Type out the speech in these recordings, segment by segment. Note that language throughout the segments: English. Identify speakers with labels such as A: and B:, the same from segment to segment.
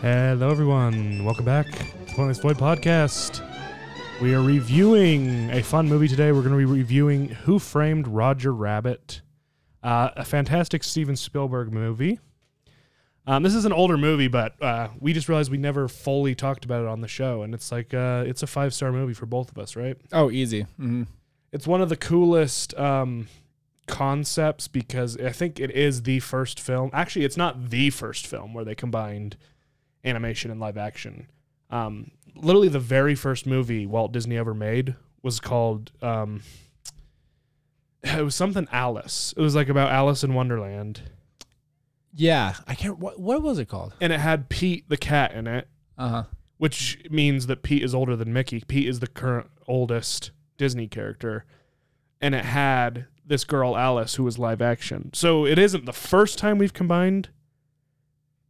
A: Hello, everyone. Welcome back to Pointless Void Podcast. We are reviewing a fun movie today. We're going to be reviewing Who Framed Roger Rabbit, uh, a fantastic Steven Spielberg movie. Um, this is an older movie, but uh, we just realized we never fully talked about it on the show, and it's like uh, it's a five star movie for both of us, right?
B: Oh, easy.
A: Mm-hmm.
B: hmm
A: It's one of the coolest um, concepts because I think it is the first film. Actually, it's not the first film where they combined animation and live action. Um, literally, the very first movie Walt Disney ever made was called. Um, it was something Alice. It was like about Alice in Wonderland,
B: Yeah, I can't. What, what was it called?
A: and it had Pete the cat in it,
B: Uh huh.
A: which means that Pete is older than Mickey. Pete is the current oldest Disney character, and it had this girl Alice who was live action. So it isn't the first time we've combined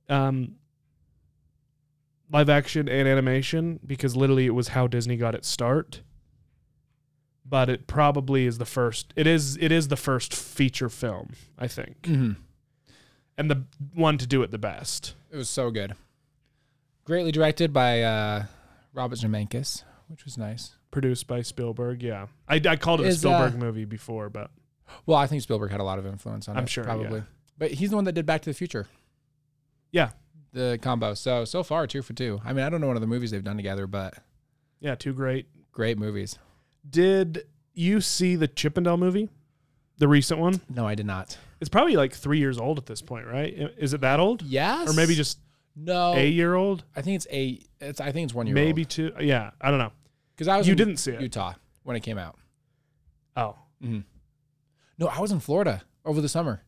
A: um, live action and animation because literally it was how Disney got its start. But it probably is the first. It is. It is the first feature film, I think,
B: hmm
A: and the one to do it the best.
B: It was so good. Greatly directed by uh, Robert Zemeckis, which was nice.
A: Produced by Spielberg. Yeah, I, I called it a
B: Is, uh,
A: Spielberg movie before, but
B: Well, I think Spielberg had a lot of influence on it.
A: I'm sure, yeah.
B: probably. But he's the one that did Back to the Future.
A: Yeah.
B: The combo. So so far, two for two. I mean, I don't know what other movies they've done together, but
A: Yeah, two great.
B: great movies.
A: Did you see the Chippendale movie? The recent one?
B: No, I did not.
A: It's probably like three years old at this point, right? I- Is it that old?
B: Yes.
A: Or maybe just
B: no.
A: a year old?
B: I think it's eight. It's I think it's one year.
A: Maybe two. Yeah, I don't know.
B: because I was
A: you
B: in
A: didn't see it.
B: Utah when it came out.
A: Oh,
B: No, I was in Florida over the summer.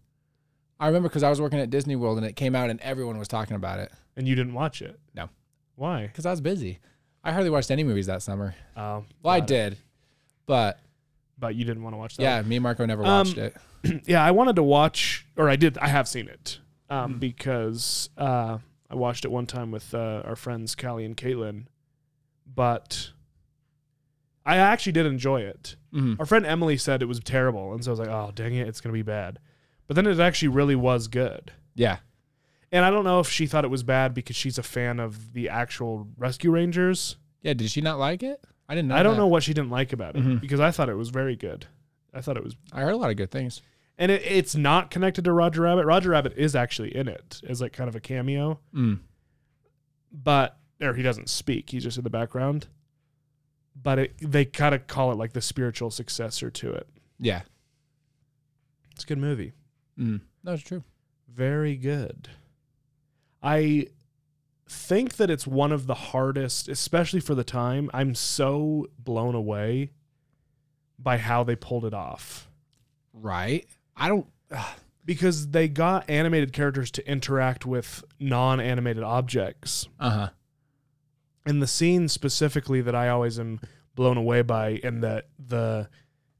B: I remember because I was working at Disney World and it came out and everyone was talking about it
A: and you didn't watch it?
B: No.
A: Why?
B: because I was busy. I hardly watched any movies that summer.
A: Oh,
B: Well, I
A: got it.
B: did, but
A: But you didn't want to watch that.
B: yeah, me and Marco never
A: Um,
B: watched it.
A: yeah, I wanted to watch, or I did. I have seen it
B: Hmm.
A: um, because uh, I watched it one time with uh, our friends Callie and Caitlin, but I actually did enjoy it.
B: Mhm.
A: Our friend Emily said it was terrible, and so I was like, "Oh, dang it, it's gonna be bad." But then it actually really was good,
B: Yeah,
A: and I don't know if she thought it was bad because she's a fan of the actual Rescue Rangers.
B: yeah. Did she not like it? I didn't. know
A: I don't
B: that.
A: know what she didn't like about it
B: Mhm.
A: because I thought it was very good. I thought it was
B: I heard a lot of good things.
A: and it, it's not connected to Roger Rabbit. Roger Rabbit is actually in it as like kind of a cameo,
B: Mm.
A: but or he doesn't speak; he's just in the background. But it, they kind of call it like the spiritual successor to it.
B: Yeah,
A: It's a good movie,
B: mm. that's true.
A: very good. I think that it's one of the hardest, especially for the time. I'm so blown away by how they pulled it off.
B: Right. I don't.
A: because they got animated characters to interact with non-animated objects
B: Uh huh.
A: and the scene specifically that i always am blown away by and that the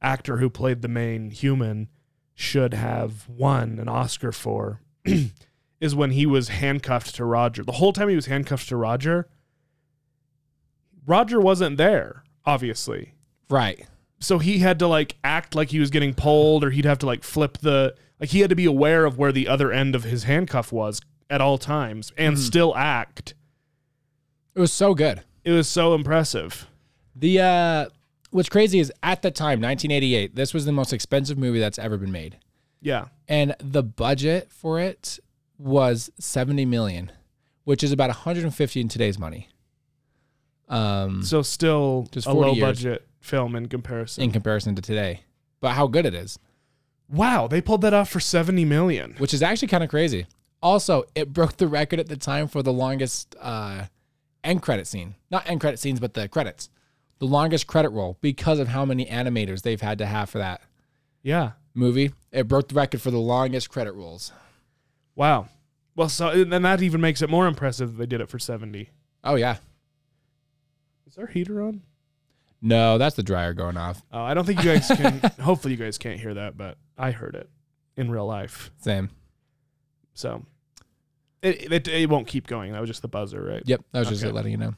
A: actor who played the main human should have won an oscar for is when he was handcuffed to roger the whole time he was handcuffed to roger roger wasn't there obviously
B: Right.
A: so he had to like act like he was getting pulled or he'd have to like flip the like he had to be aware of where the other end of his handcuff was at all times and still act
B: It was so good.
A: it was so impressive
B: The uh, what's crazy is at the time, 1988, this was the most expensive movie that's ever been made.
A: yeah
B: and the budget for it was 70 million which is about 150 in today's money um
A: so still
B: Just
A: a
B: 40
A: low
B: years.
A: budget film in comparison
B: in comparison to today but how good it is
A: wow they pulled that off for 70 million
B: which is actually kind of crazy also it broke the record at the time for the longest uh end credit scene not end credit scenes but the credits the longest credit roll because of how many animators they've had to have for that
A: yeah
B: movie it broke the record for the longest credit rolls
A: wow well so and then that even makes it more impressive that they did it for 70
B: oh yeah
A: is there a heater on
B: no that's the dryer going off
A: oh i don't think you guys can hopefully you guys can't hear that but i heard it in real life
B: same
A: So it, it it won't keep going. That was just the buzzer, right?
B: yep that was just
A: Okay.
B: it letting you know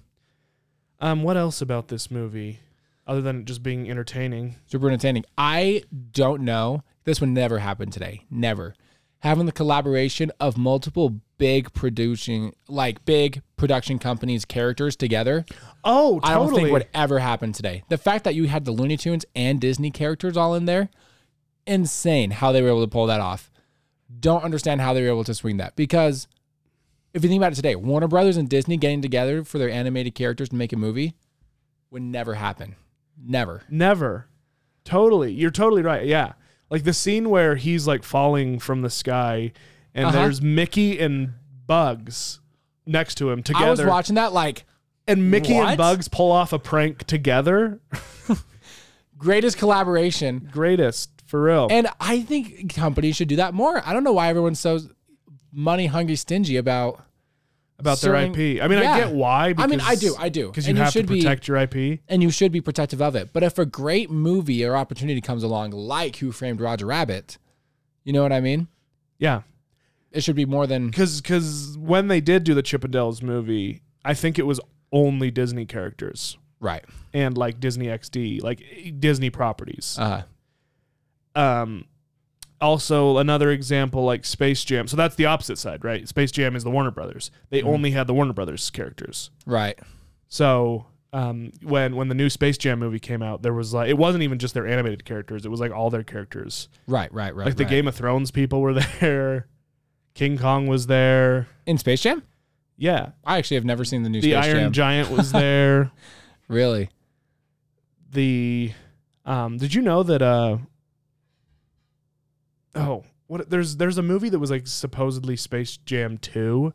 A: Um, what else about this movie, other than it just being entertaining?
B: Super entertaining. I don't know. This would never happen today. Never. having the collaboration of multiple big producing like big production companies characters together
A: Oh,
B: I don't
A: totally.
B: think would ever happen today. The fact that you had the Looney Tunes and Disney characters all in there, insane how they were able to pull that off. Don't understand how they were able to swing that because if you think about it today, Warner Brothers and Disney getting together for their animated characters to make a movie would never happen. Never.
A: Never. Totally. You're totally right. Yeah. Like the scene where he's like falling from the sky and
B: Uh-huh.
A: there's Mickey and Bugs next to him
B: I was
A: together.
B: watching that like
A: and Mickey
B: What?
A: and Bugs pull off a prank together.
B: greatest collaboration.
A: Greatest, for real.
B: And I think companies should do that more. I don't know why everyone's so money hungry stingy about
A: about their
B: certain-
A: IP. I mean,
B: Yeah.
A: I get why.
B: I
A: Because,
B: mean, I do, I do.
A: Because you
B: And you
A: have to
B: should be-
A: protect your IP.
B: and you should be protective of it. But if a great movie or opportunity comes along, like Who Framed Roger Rabbit, you know what I mean?
A: Yeah.
B: It should be more than
A: Because because when they did do the Chippendales movie, I think it was only Disney characters
B: right.
A: and like Disney XD, like Disney properties.
B: Uh,
A: um also another example like space jam so that's the opposite side right space jam is the warner brothers they
B: Mm-hmm.
A: only had the warner brothers characters
B: right.
A: so um when when the new space jam movie came out there was like it wasn't even just their animated characters it was like all their characters
B: Right. Right. Right.
A: like the
B: right.
A: game of thrones people were there king kong was there
B: in Space Jam.
A: yeah
B: I actually have never seen the new
A: the
B: Space
A: iron
B: Jam.
A: giant was there
B: really?
A: the um did you know that uh oh what there's there's a movie that was like supposedly Space Jam 2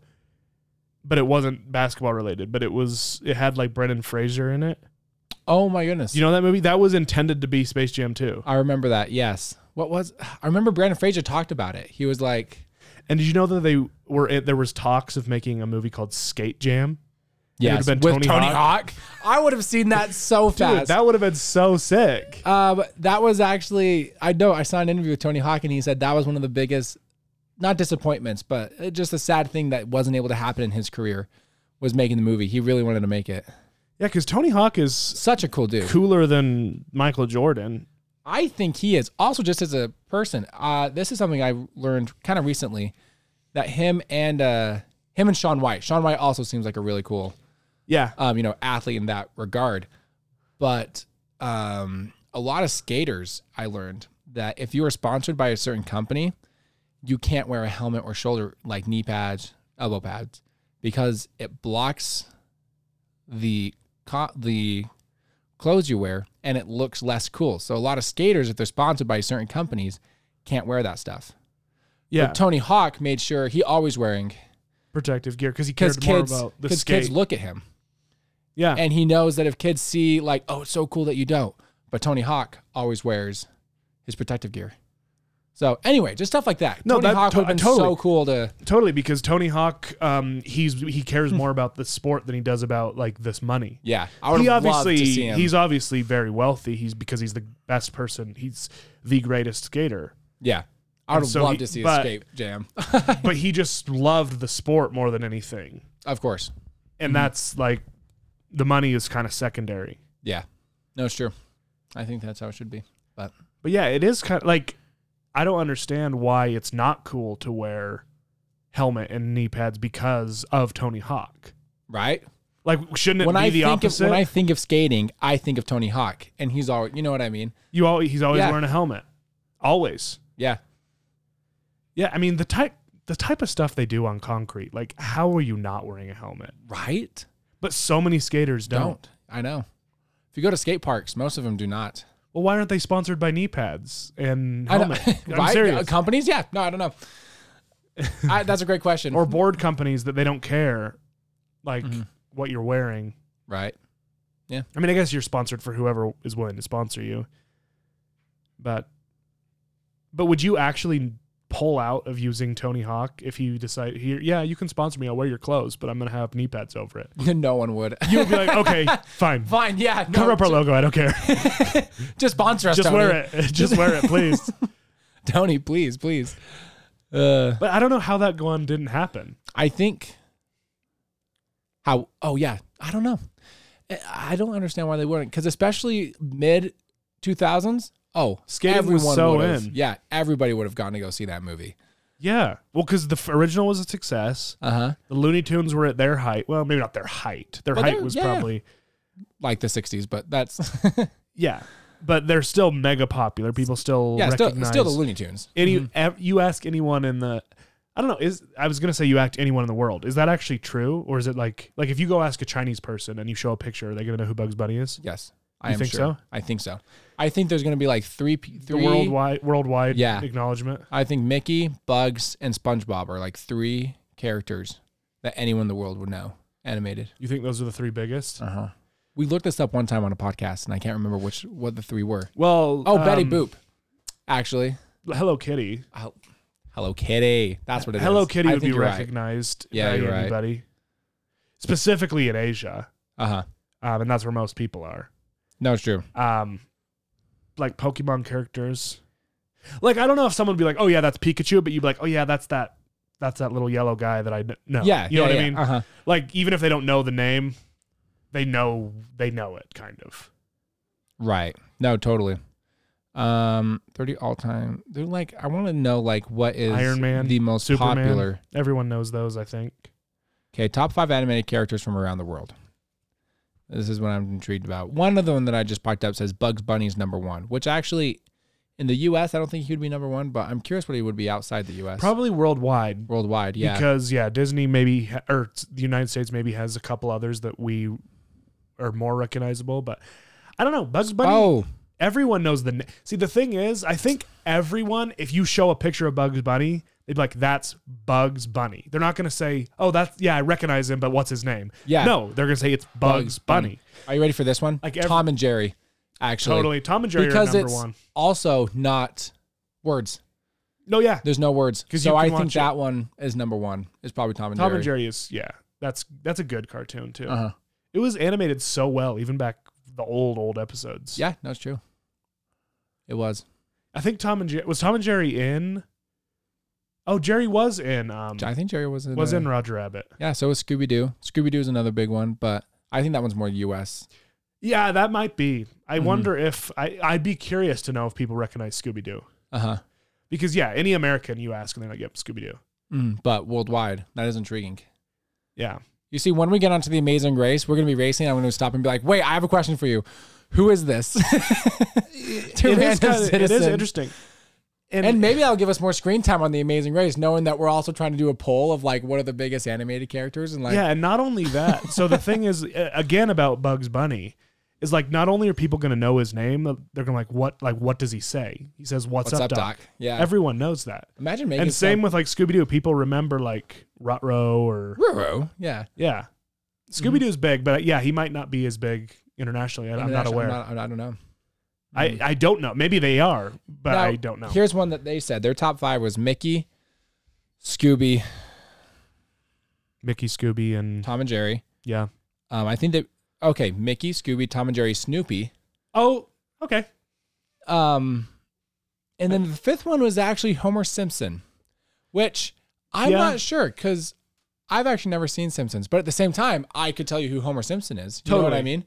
A: but it wasn't basketball related but it was it had like Brendan Fraser in it.
B: Oh my goodness.
A: Do you know that movie that was intended to be Space Jam 2.
B: I remember that. Yes. What was? I remember Brandon Fraser talked about it. He was like,
A: And did you know that they were there was talks of making a movie called Skate Jam?
B: "Yes,
A: been
B: with
A: Tony
B: Tony Hawk." I would have seen that so fast.
A: Dude, that would have been so sick.
B: Um, that was actually I know I saw an interview with Tony Hawk and he said that was one of the biggest, not disappointments, but uh, just a sad thing that wasn't able to happen in his career was making the movie. He really wanted to make it.
A: Yeah, cuz Tony Hawk is
B: Such a cool dude.
A: cooler than Michael Jordan.
B: I think he is also just as a person. Uh, this is something I learned kind of recently that him and uh, him and Sean White. Sean White also seems like a really cool
A: Yeah.
B: um, you know, athlete in that regard. But um, a lot of skaters, I learned that if you are sponsored by a certain company, you can't wear a helmet or shoulder like knee pads, elbow pads, because it blocks the co- the clothes you wear and it looks less cool. So a lot of skaters, if they're sponsored by certain companies, can't wear that stuff.
A: Yeah.
B: But Tony Hawk made sure he always wearing
A: protective gear cuz he
B: because
A: cared
B: kids
A: more about the
B: because
A: skate.
B: kids look at him
A: yeah.
B: and he knows that if kids see like, oh, it's so cool that you don't, but Tony Hawk always wears his protective gear. So anyway, just stuff like that.
A: No,
B: Tony
A: that-
B: Hawk
A: to-
B: would have been
A: totally.
B: so cool to
A: Totally, because Tony Hawk, um, he's he cares more about the sport than he does about like this money.
B: yeah. I would
A: He
B: have loved
A: obviously
B: to see him.
A: he's obviously very wealthy. He's because he's the best person. He's the greatest skater.
B: yeah. I would
A: And
B: have
A: so
B: loved
A: he-
B: to see
A: but-
B: Escape Jam.
A: but he just loved the sport more than anything,
B: of course.
A: and
B: Mm-hmm.
A: that's like the money is kind of secondary.
B: Yeah. No, it's true. I think that's how it should be. But
A: But yeah, it is kind of like I don't understand why it's not cool to wear helmet and knee pads because of Tony Hawk.
B: right?
A: Like, shouldn't it
B: When
A: be
B: I
A: the
B: think of
A: opposite?
B: when I think of skating, I think of Tony Hawk. And he's always you know what I mean?
A: you always he's always
B: Yeah.
A: wearing a helmet, always.
B: Yeah.
A: Yeah, I mean the type the type of stuff they do on concrete, like how are you not wearing a helmet?
B: Right?
A: But so many skaters don't.
B: don't. I know. If you go to skate parks, most of them do not.
A: Well, why aren't they sponsored by knee pads and
B: I don't,
A: helmet? I'm
B: right?
A: serious.
B: Uh, Companies? Yeah. No, I don't know. I, that's a great question.
A: or board companies that they don't care like
B: Mm-hmm.
A: what you're wearing.
B: right.
A: I mean, I guess you're sponsored for whoever is willing to sponsor you. But but would you actually pull out of using Tony Hawk if you decide here, yeah, you can sponsor me, I'll wear your clothes, but I'm gonna have knee pads over it.
B: no one would.
A: You would be like, okay, fine.
B: Fine. Yeah. No,
A: Cover up our
B: ju-
A: logo, I don't care.
B: Just sponsor us.
A: just
B: Tony.
A: wear it. Just wear it, please.
B: Tony, please, please. Uh,
A: but I don't know how that one didn't happen.
B: I think. How? Oh yeah. I don't know. I- I don't understand why they wouldn't. Because especially mid two thousands. Oh,
A: Skating was
B: everyone
A: so
B: would've-
A: in.
B: Yeah, everybody would have gone to go see that movie.
A: Yeah. Well, because the f- original was a success.
B: Uh huh.
A: The Looney Tunes were at their height. Well, maybe not their height. Their
B: Well,
A: height
B: they're-
A: was
B: yeah, yeah.
A: probably
B: Like the '60s, but that's
A: yeah, but they're still mega popular. People still Mm-hmm.
B: yeah, still,
A: recognize.
B: still the Looney Tunes.
A: any ev- you ask anyone in the I don't know is I was gonna say you act anyone in the world is that actually true or is it like like if you go ask a Chinese person and you show a picture are they gonna know who Bugs Bunny is
B: Yes, I
A: You
B: am
A: think
B: sure.
A: so?
B: I think so. I think there's going to be like three, pe-
A: the
B: three
A: worldwide worldwide
B: Yeah.
A: acknowledgement
B: I think Mickey, Bugs, and SpongeBob are like three characters that anyone in the world would know animated.
A: you think those are the three biggest
B: Uh huh. We looked this up one time on a podcast, and I can't remember which what the three were.
A: well
B: Oh, Betty
A: um,
B: Boop. Actually,
A: Hello Kitty
B: Oh, Hello Kitty. That's what it is.
A: Hello Kitty
B: I
A: would
B: think
A: be
B: you're
A: recognized
B: Yeah,
A: by
B: you're right.
A: anybody specifically in Asia
B: Right. Uh huh.
A: um, and that's where most people are
B: No, it's true.
A: um, like Pokemon characters. Like I don't know if someone would be like, "Oh yeah, that's Pikachu," but you'd be like, "Oh yeah, that's that that's that little yellow guy that I kn- know."
B: Yeah.
A: you know
B: yeah,
A: what
B: yeah.
A: I mean.
B: Uh huh.
A: Like even if they don't know the name, they know they know it kind of.
B: Right. No, totally. Um, thirty all time. They're like, I want to know like what is
A: Iron Man,
B: the most
A: Superman.
B: popular.
A: Everyone knows those, I think.
B: Okay, top five animated characters from around the world. This is what I'm intrigued about. One other one that I just popped up says Bugs Bunny's number one, which actually in the U.S. I don't think he would be number one, but I'm curious what he would be outside the U.S.
A: Probably worldwide
B: worldwide. Yeah.
A: because yeah, Disney maybe ha- or the United States maybe has a couple others that we are more recognizable, but I don't know. Bugs Bunny
B: oh,
A: everyone knows the na- see the thing is i think everyone if you show a picture of bugs bunny they'd be like that's bugs bunny they're not going to say oh that's yeah i recognize him but what's his name
B: Yeah.
A: no they're going to say it's bugs,
B: Bugs
A: bunny.
B: Bunny. are you ready for this one?
A: Like every-
B: Tom and Jerry. Actually,
A: totally tom and jerry
B: because
A: are number
B: it's
A: one
B: also not words.
A: no yeah
B: There's no words.
A: 'Cause
B: So
A: you
B: I
A: can
B: think
A: watch it.
B: that one is number one. Is probably Tom and
A: tom
B: Jerry.
A: and jerry is yeah that's that's a good cartoon too
B: Uh-huh.
A: it was animated so well even back the old old episodes
B: Yeah, that's true. It was
A: i think tom and jerry was tom and jerry in oh jerry was in um
B: I think Jerry was in.
A: was
B: uh,
A: in roger rabbit
B: Yeah, so is Scooby Doo. Scooby Doo is another big one, but I think that one's more U.S.
A: Yeah, that might be. I
B: Mhm.
A: wonder if I, I'd be curious to know if people recognize Scooby Doo.
B: Uh
A: Uh-huh.
B: huh.
A: Because yeah, any American you ask and they're like, Yep, Scooby Doo.
B: Mm, but worldwide, that is intriguing.
A: Yeah.
B: You see, when we get onto the Amazing Race, we're gonna be racing. I'm gonna stop and be like, "Wait, I have a question for you. Who is this?" to
A: It
B: random
A: is, kinda- it is
B: citizen.
A: interesting. And,
B: And maybe that'll give us more screen time on the Amazing Race, knowing that we're also trying to do a poll of like what are the biggest animated characters and like
A: yeah, and not only that, so the thing is uh, again about Bugs Bunny is like not only are people gonna know his name, they're gonna like what like what does he say? He says, What's,
B: what's up, Doc? Yeah.
A: Everyone knows that.
B: Imagine making
A: And same with like Scooby Doo. People remember like Rutro or
B: Ruro. Yeah.
A: yeah. Scooby Doo's big, but yeah, he might not be as big internationally. I- I'm not
B: International-
A: aware.
B: I'm not- I don't know.
A: I, I don't know. Maybe they are, but
B: Now,
A: I don't know.
B: Here's one that they said their top five was Mickey, Scooby,
A: Mickey, Scooby, and
B: Tom and Jerry.
A: yeah.
B: Um, I think that okay, Mickey, Scooby, Tom and Jerry, Snoopy.
A: Oh, okay.
B: Um, and then the fifth one was actually Homer Simpson, which I'm
A: Yeah.
B: not sure because I've actually never seen Simpsons. But at the same time, I could tell you who Homer Simpson is. You know what I
A: Totally.
B: mean?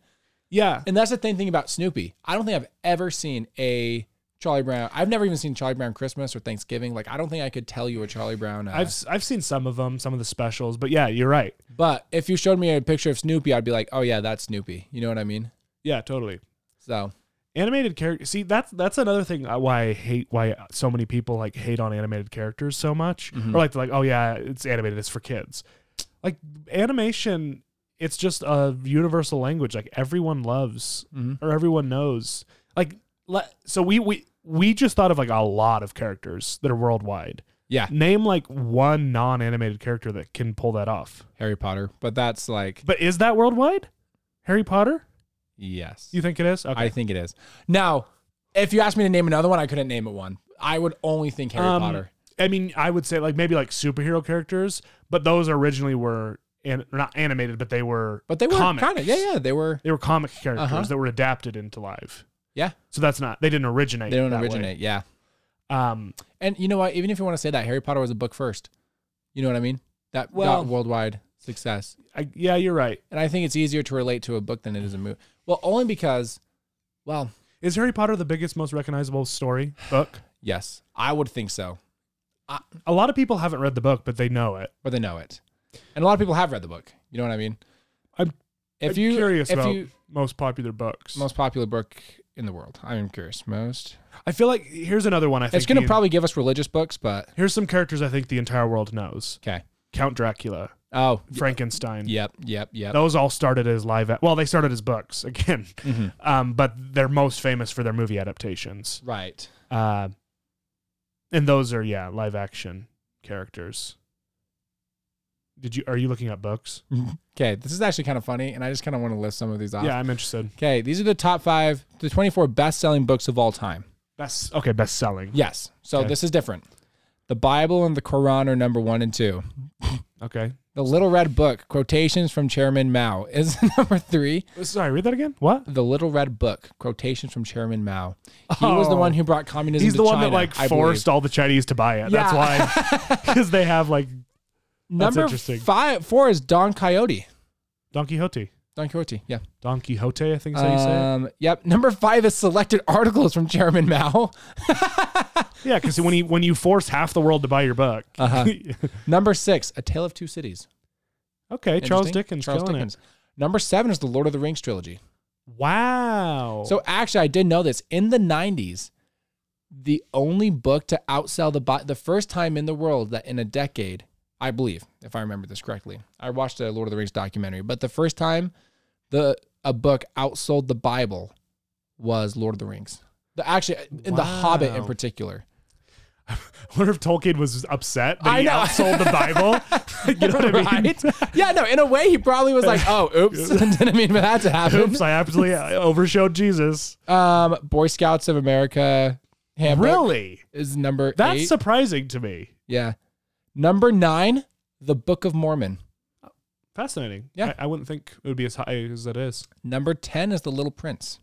A: Yeah.
B: And that's the thing thing about Snoopy. I don't think I've ever seen a Charlie Brown. I've never even seen Charlie Brown Christmas or Thanksgiving. Like I don't think I could tell you a Charlie Brown. Uh,
A: I've s- I've seen some of them, some of the specials, but yeah, you're right.
B: but if you showed me a picture of Snoopy, I'd be like, oh yeah, that's Snoopy. You know what I mean?
A: Yeah, totally.
B: So
A: Animated character. See, that's that's another thing I- why I hate why so many people like hate on animated characters so much, or like they're like, oh yeah, it's animated, it's for kids. Like animation, it's just a universal language. Like everyone loves
B: mhm.
A: or everyone knows. Like le- so we we we just thought of like a lot of characters that are worldwide.
B: yeah,
A: Name like one non-animated character that can pull that off.
B: Harry Potter. But that's like
A: But is that worldwide? Harry Potter?
B: yes.
A: You think it is? Okay.
B: I think it is. Now, if you asked me to name another one, I couldn't name it one. I would only think Harry
A: Um,
B: Potter.
A: I mean, I would say like maybe like superhero characters, but those originally were an- not animated, but they were
B: But they were
A: comics.
B: kind of yeah, yeah. They were
A: They were comic characters
B: Uh-huh.
A: that were adapted into live.
B: yeah.
A: So that's not they didn't originate.
B: They don't
A: that way.
B: originate. Yeah.
A: Um
B: And you know what? Even if you want to say that Harry Potter was a book first, you know what I mean? That
A: Well-
B: got worldwide success.
A: I, yeah, you're right.
B: And I think it's easier to relate to a book than it is a movie. Well, only because, well,
A: Is Harry Potter the biggest, most recognizable story book?
B: yes, I would think so.
A: A lot of people haven't read the book, but they know it.
B: or they know it. And a lot of people have read the book. You know what I mean?
A: I'm-
B: if
A: I'm
B: you
A: curious
B: if
A: about
B: you
A: most popular books.
B: most popular book in the world. I'm curious. Most.
A: I feel like here's another one. I think
B: It's going to
A: the-
B: probably give us religious books, but
A: Here's some characters I think the entire world knows:
B: okay.
A: Count Dracula,
B: Oh,
A: Frankenstein.
B: yep, yep, yep.
A: Those all started as live. Well, they started as books again,
B: Mm-hmm.
A: um, but they're most famous for their movie adaptations.
B: Right.
A: Uh, and those are yeah, live action characters. Did you are you looking up books?
B: Okay, this is actually kind of funny, and I just kind of want to list some of these off.
A: Yeah, I'm interested.
B: Okay, these are the top five, the 24 best selling books of all time.
A: Best okay, best selling.
B: Yes. So
A: Okay.
B: this is different. The Bible and the Quran are number one and two.
A: Okay.
B: The Little Red Book, quotations from Chairman Mao, is number three.
A: Uh, Sorry, read that again. What?
B: The Little Red Book, quotations from Chairman Mao. He was the
A: Oh.
B: one who brought communism
A: He's
B: to
A: the one that
B: China,
A: like
B: I believe.
A: forced all the Chinese to buy it.
B: Yeah.
A: That's why, because they have like
B: Number
A: interesting.
B: five, four is Don Quixote.
A: Don Quixote.
B: Don Quixote, yeah.
A: Don Quixote, I think is how you say
B: Um, yep. Number five is selected articles from Chairman Mao.
A: it. Yeah, because when you when you force half the world to buy your book,
B: Uh-huh. Number six, A Tale of Two Cities.
A: okay, Charles
B: Interesting.
A: Dickens killing it.
B: Number seven is the Lord of the Rings trilogy.
A: Wow.
B: So actually, I did know this. In the '90s, the only book to outsell the Bi- the first time in the world that in a decade, I believe, if I remember this correctly, I watched a Lord of the Rings documentary, but the first time the a book outsold the Bible was Lord of the Rings. The, actually, in the Hobbit in
A: Wow.
B: particular.
A: I wonder if Tolkien was upset that
B: I
A: he
B: know.
A: outsold the Bible. you know what I mean?
B: Right? yeah, no. In a way, he probably was like, "Oh, oops, didn't mean for that to happen."
A: Oops, I absolutely uh, overshowed Jesus.
B: Um, Boy Scouts of America handbook
A: Really?
B: is number
A: That's
B: eight.
A: surprising to me.
B: Yeah. Number nine, the Book of Mormon.
A: Fascinating.
B: Yeah.
A: I, I wouldn't think it would be as high as it is.
B: Number 10 is The Little Prince.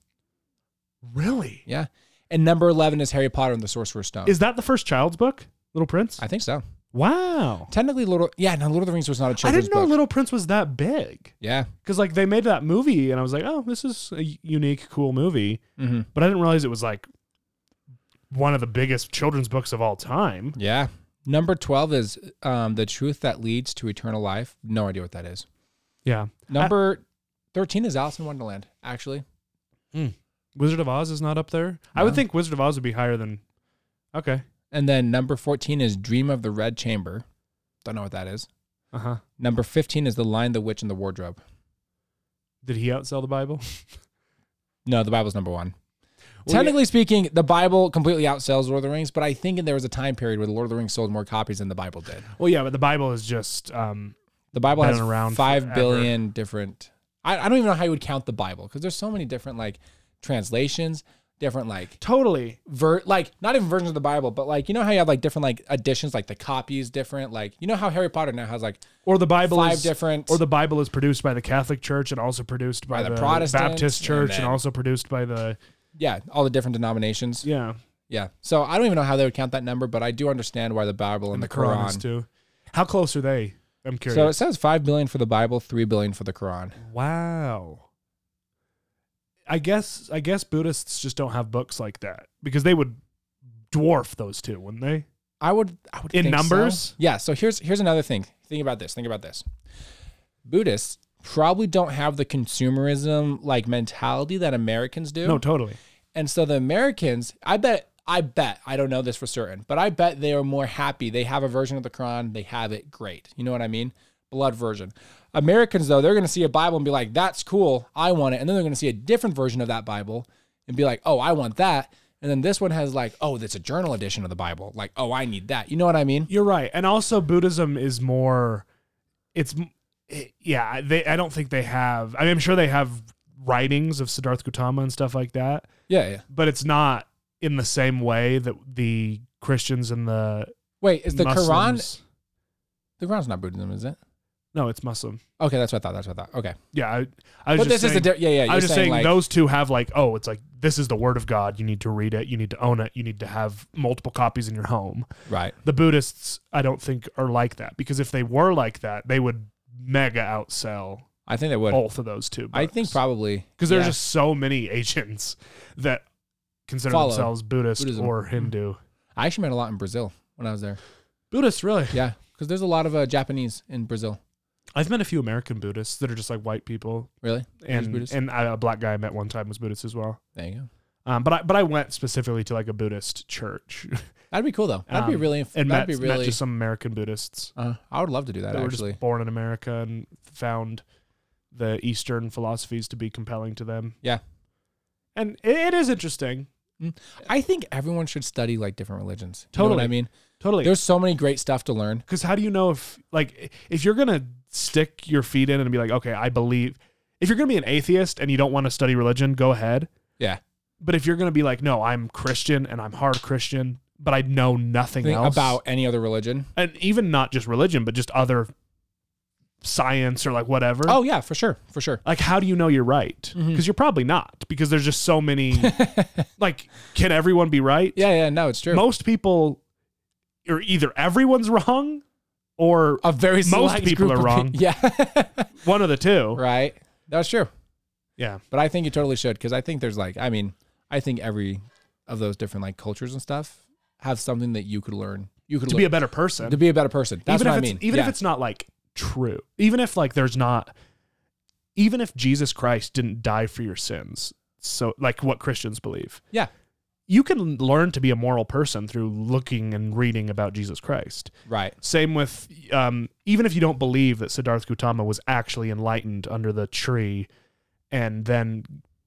A: Really?
B: Yeah. And number 11 is Harry Potter and the Sorcerer's Stone.
A: Is that the first child's book, Little Prince?
B: I think so.
A: wow.
B: Technically, Little. Yeah, no, Lord of the Rings was not a
A: I
B: children's
A: didn't know
B: book.
A: Little Prince was that big.
B: yeah.
A: Because, like, they made that movie, and I was like, oh, this is a unique, cool movie.
B: Mhm.
A: But I didn't realize it was, like, one of the biggest children's books of all time.
B: Yeah. Number 12 is um, The Truth That Leads to Eternal Life. No idea what that is.
A: Yeah.
B: Number 13 is Alice in Wonderland, actually.
A: Wizard of Oz is not up there. I would
B: No.
A: think Wizard of Oz would be higher than. Okay.
B: And then number 14 is Dream of the Red Chamber. Don't know what that is.
A: Uh huh.
B: Number 15 is The Lion, the Witch, and the Wardrobe.
A: Did he outsell the Bible?
B: No, the Bible's number one.
A: Well,
B: Technically speaking, the Bible completely outsells Lord of the Rings, but I think there was a time period where the Lord of the Rings sold more copies than the Bible did.
A: Well, yeah, but the Bible is just. um
B: The Bible
A: Been
B: has
A: around
B: five
A: forever.
B: billion different. I, I don't even know how you would count the Bible because there's so many different like translations, different like
A: Totally.
B: ver like not even versions of the Bible, but like you know how you have like different like editions, like the copies different, like you know how Harry Potter now has like
A: Or the Bible
B: five
A: is
B: different
A: or the Bible is produced by the Catholic Church and also produced by,
B: the
A: the,
B: Protestants,
A: Baptist
B: and
A: Church and,
B: then-
A: also produced by the
B: yeah all the different denominations. Yeah.
A: yeah
B: so I don't even know how they would count that number, but I do understand why the Bible and,
A: and
B: the Quran.
A: is too. How close are they? I'm curious.
B: so it says five billion for the Bible, three billion for the Quran.
A: wow. I guess I guess Buddhists just don't have books like that because they would dwarf those two, wouldn't they?
B: I would, I would
A: In
B: think so.
A: numbers?
B: Yeah. So here's here's another thing. Think about this. Think about this. Buddhists probably don't have the consumerism like mentality that Americans do.
A: No, totally.
B: And so the Americans, I bet, I bet, I don't know this for certain, but I bet they are more happy. They have a version of the Quran. They have it great. You know what I mean? Blood version. Americans though, they're going to see a Bible and be like, "That's cool. I want it." And then they're going to see a different version of that Bible and be like, "Oh, I want that." And then this one has like, "Oh, that's a journal edition of the Bible." Like, "Oh, I need that." You know what I mean?
A: You're right, and also Buddhism is more. It's m- it- yeah. They I don't think they have. I mean, I'm sure they have writings of Siddhartha Gautama and stuff like that,
B: Yeah, yeah.
A: but it's not in the same way that the Christians and the
B: Wait, is the Quran
A: Muslims,
B: the Quran's not Buddhism, is it?
A: No, it's Muslim.
B: Okay, that's what I thought. That's what I thought. Okay,
A: Yeah, I, I was
B: but
A: just
B: this
A: saying,
B: is the di- yeah, yeah.
A: I
B: you're
A: was just saying,
B: like,
A: those two have like oh, it's like this is the word of God. You need to read it. You need to own it. You need to have multiple copies in your home.
B: right.
A: The Buddhists, I don't think, are like that because if they were like that, they would mega outsell
B: I think they would.
A: both of those two.
B: I think probably
A: because there's
B: yeah.
A: just so many Asians that consider
B: Follow
A: themselves Buddhist
B: Buddhism. Mm-hmm.
A: or Hindu.
B: I actually met a lot in Brazil when I was there.
A: Buddhists, really.
B: Yeah, because there's a lot of uh, Japanese in Brazil.
A: I've met a few American Buddhists that are just like white people,
B: Really? There's
A: and
B: Buddhists?
A: and I, a black guy I met one time was Buddhist as well.
B: There you go.
A: Um, but I but I went specifically to like a Buddhist church
B: That'd be cool though. That'd be
A: Um,
B: really. That'd
A: and met,
B: be
A: met
B: really.
A: just some American Buddhists
B: uh, I would love to do that
A: that were
B: actually.
A: just born in America and found the Eastern philosophies to be compelling to them.
B: Yeah.
A: and it, it is interesting.
B: I think everyone should study like different religions. You know what
A: Totally.
B: I mean,
A: Totally,
B: there's so many great stuff to learn.
A: Because how do you know if like if you're gonna stick your feet in and be like, okay, I believe. If you're gonna be an atheist and you don't want to study religion, go ahead.
B: Yeah.
A: But if you're gonna be like, no, I'm Christian and I'm hard Christian, but I know nothing
B: Think
A: else
B: about any other religion.
A: and even not just religion, but just other science or like whatever.
B: Oh yeah, for sure, for sure.
A: Like, how do you know you're right? Because
B: Mhm.
A: you're probably not. Because there's just so many. like, can everyone be right?
B: Yeah, yeah. No, it's true.
A: Most people, or either everyone's wrong, or
B: a very select
A: people
B: group
A: are
B: of
A: wrong.
B: pe- yeah,
A: one of the two.
B: right. That's true.
A: Yeah.
B: But I think you totally should because I think there's like, I mean, I think every of those different like cultures and stuff have something that you could learn. You could
A: To be a better person.
B: to be a better person. That's
A: even
B: what
A: if
B: I
A: it's,
B: mean.
A: Even if
B: Yeah.
A: it's not like true, even if like there's not, even if Jesus Christ didn't die for your sins, so like what Christians believe,
B: yeah,
A: you can learn to be a moral person through looking and reading about Jesus Christ.
B: right.
A: Same with um, even if you don't believe that Siddharth Gautama was actually enlightened under the tree and then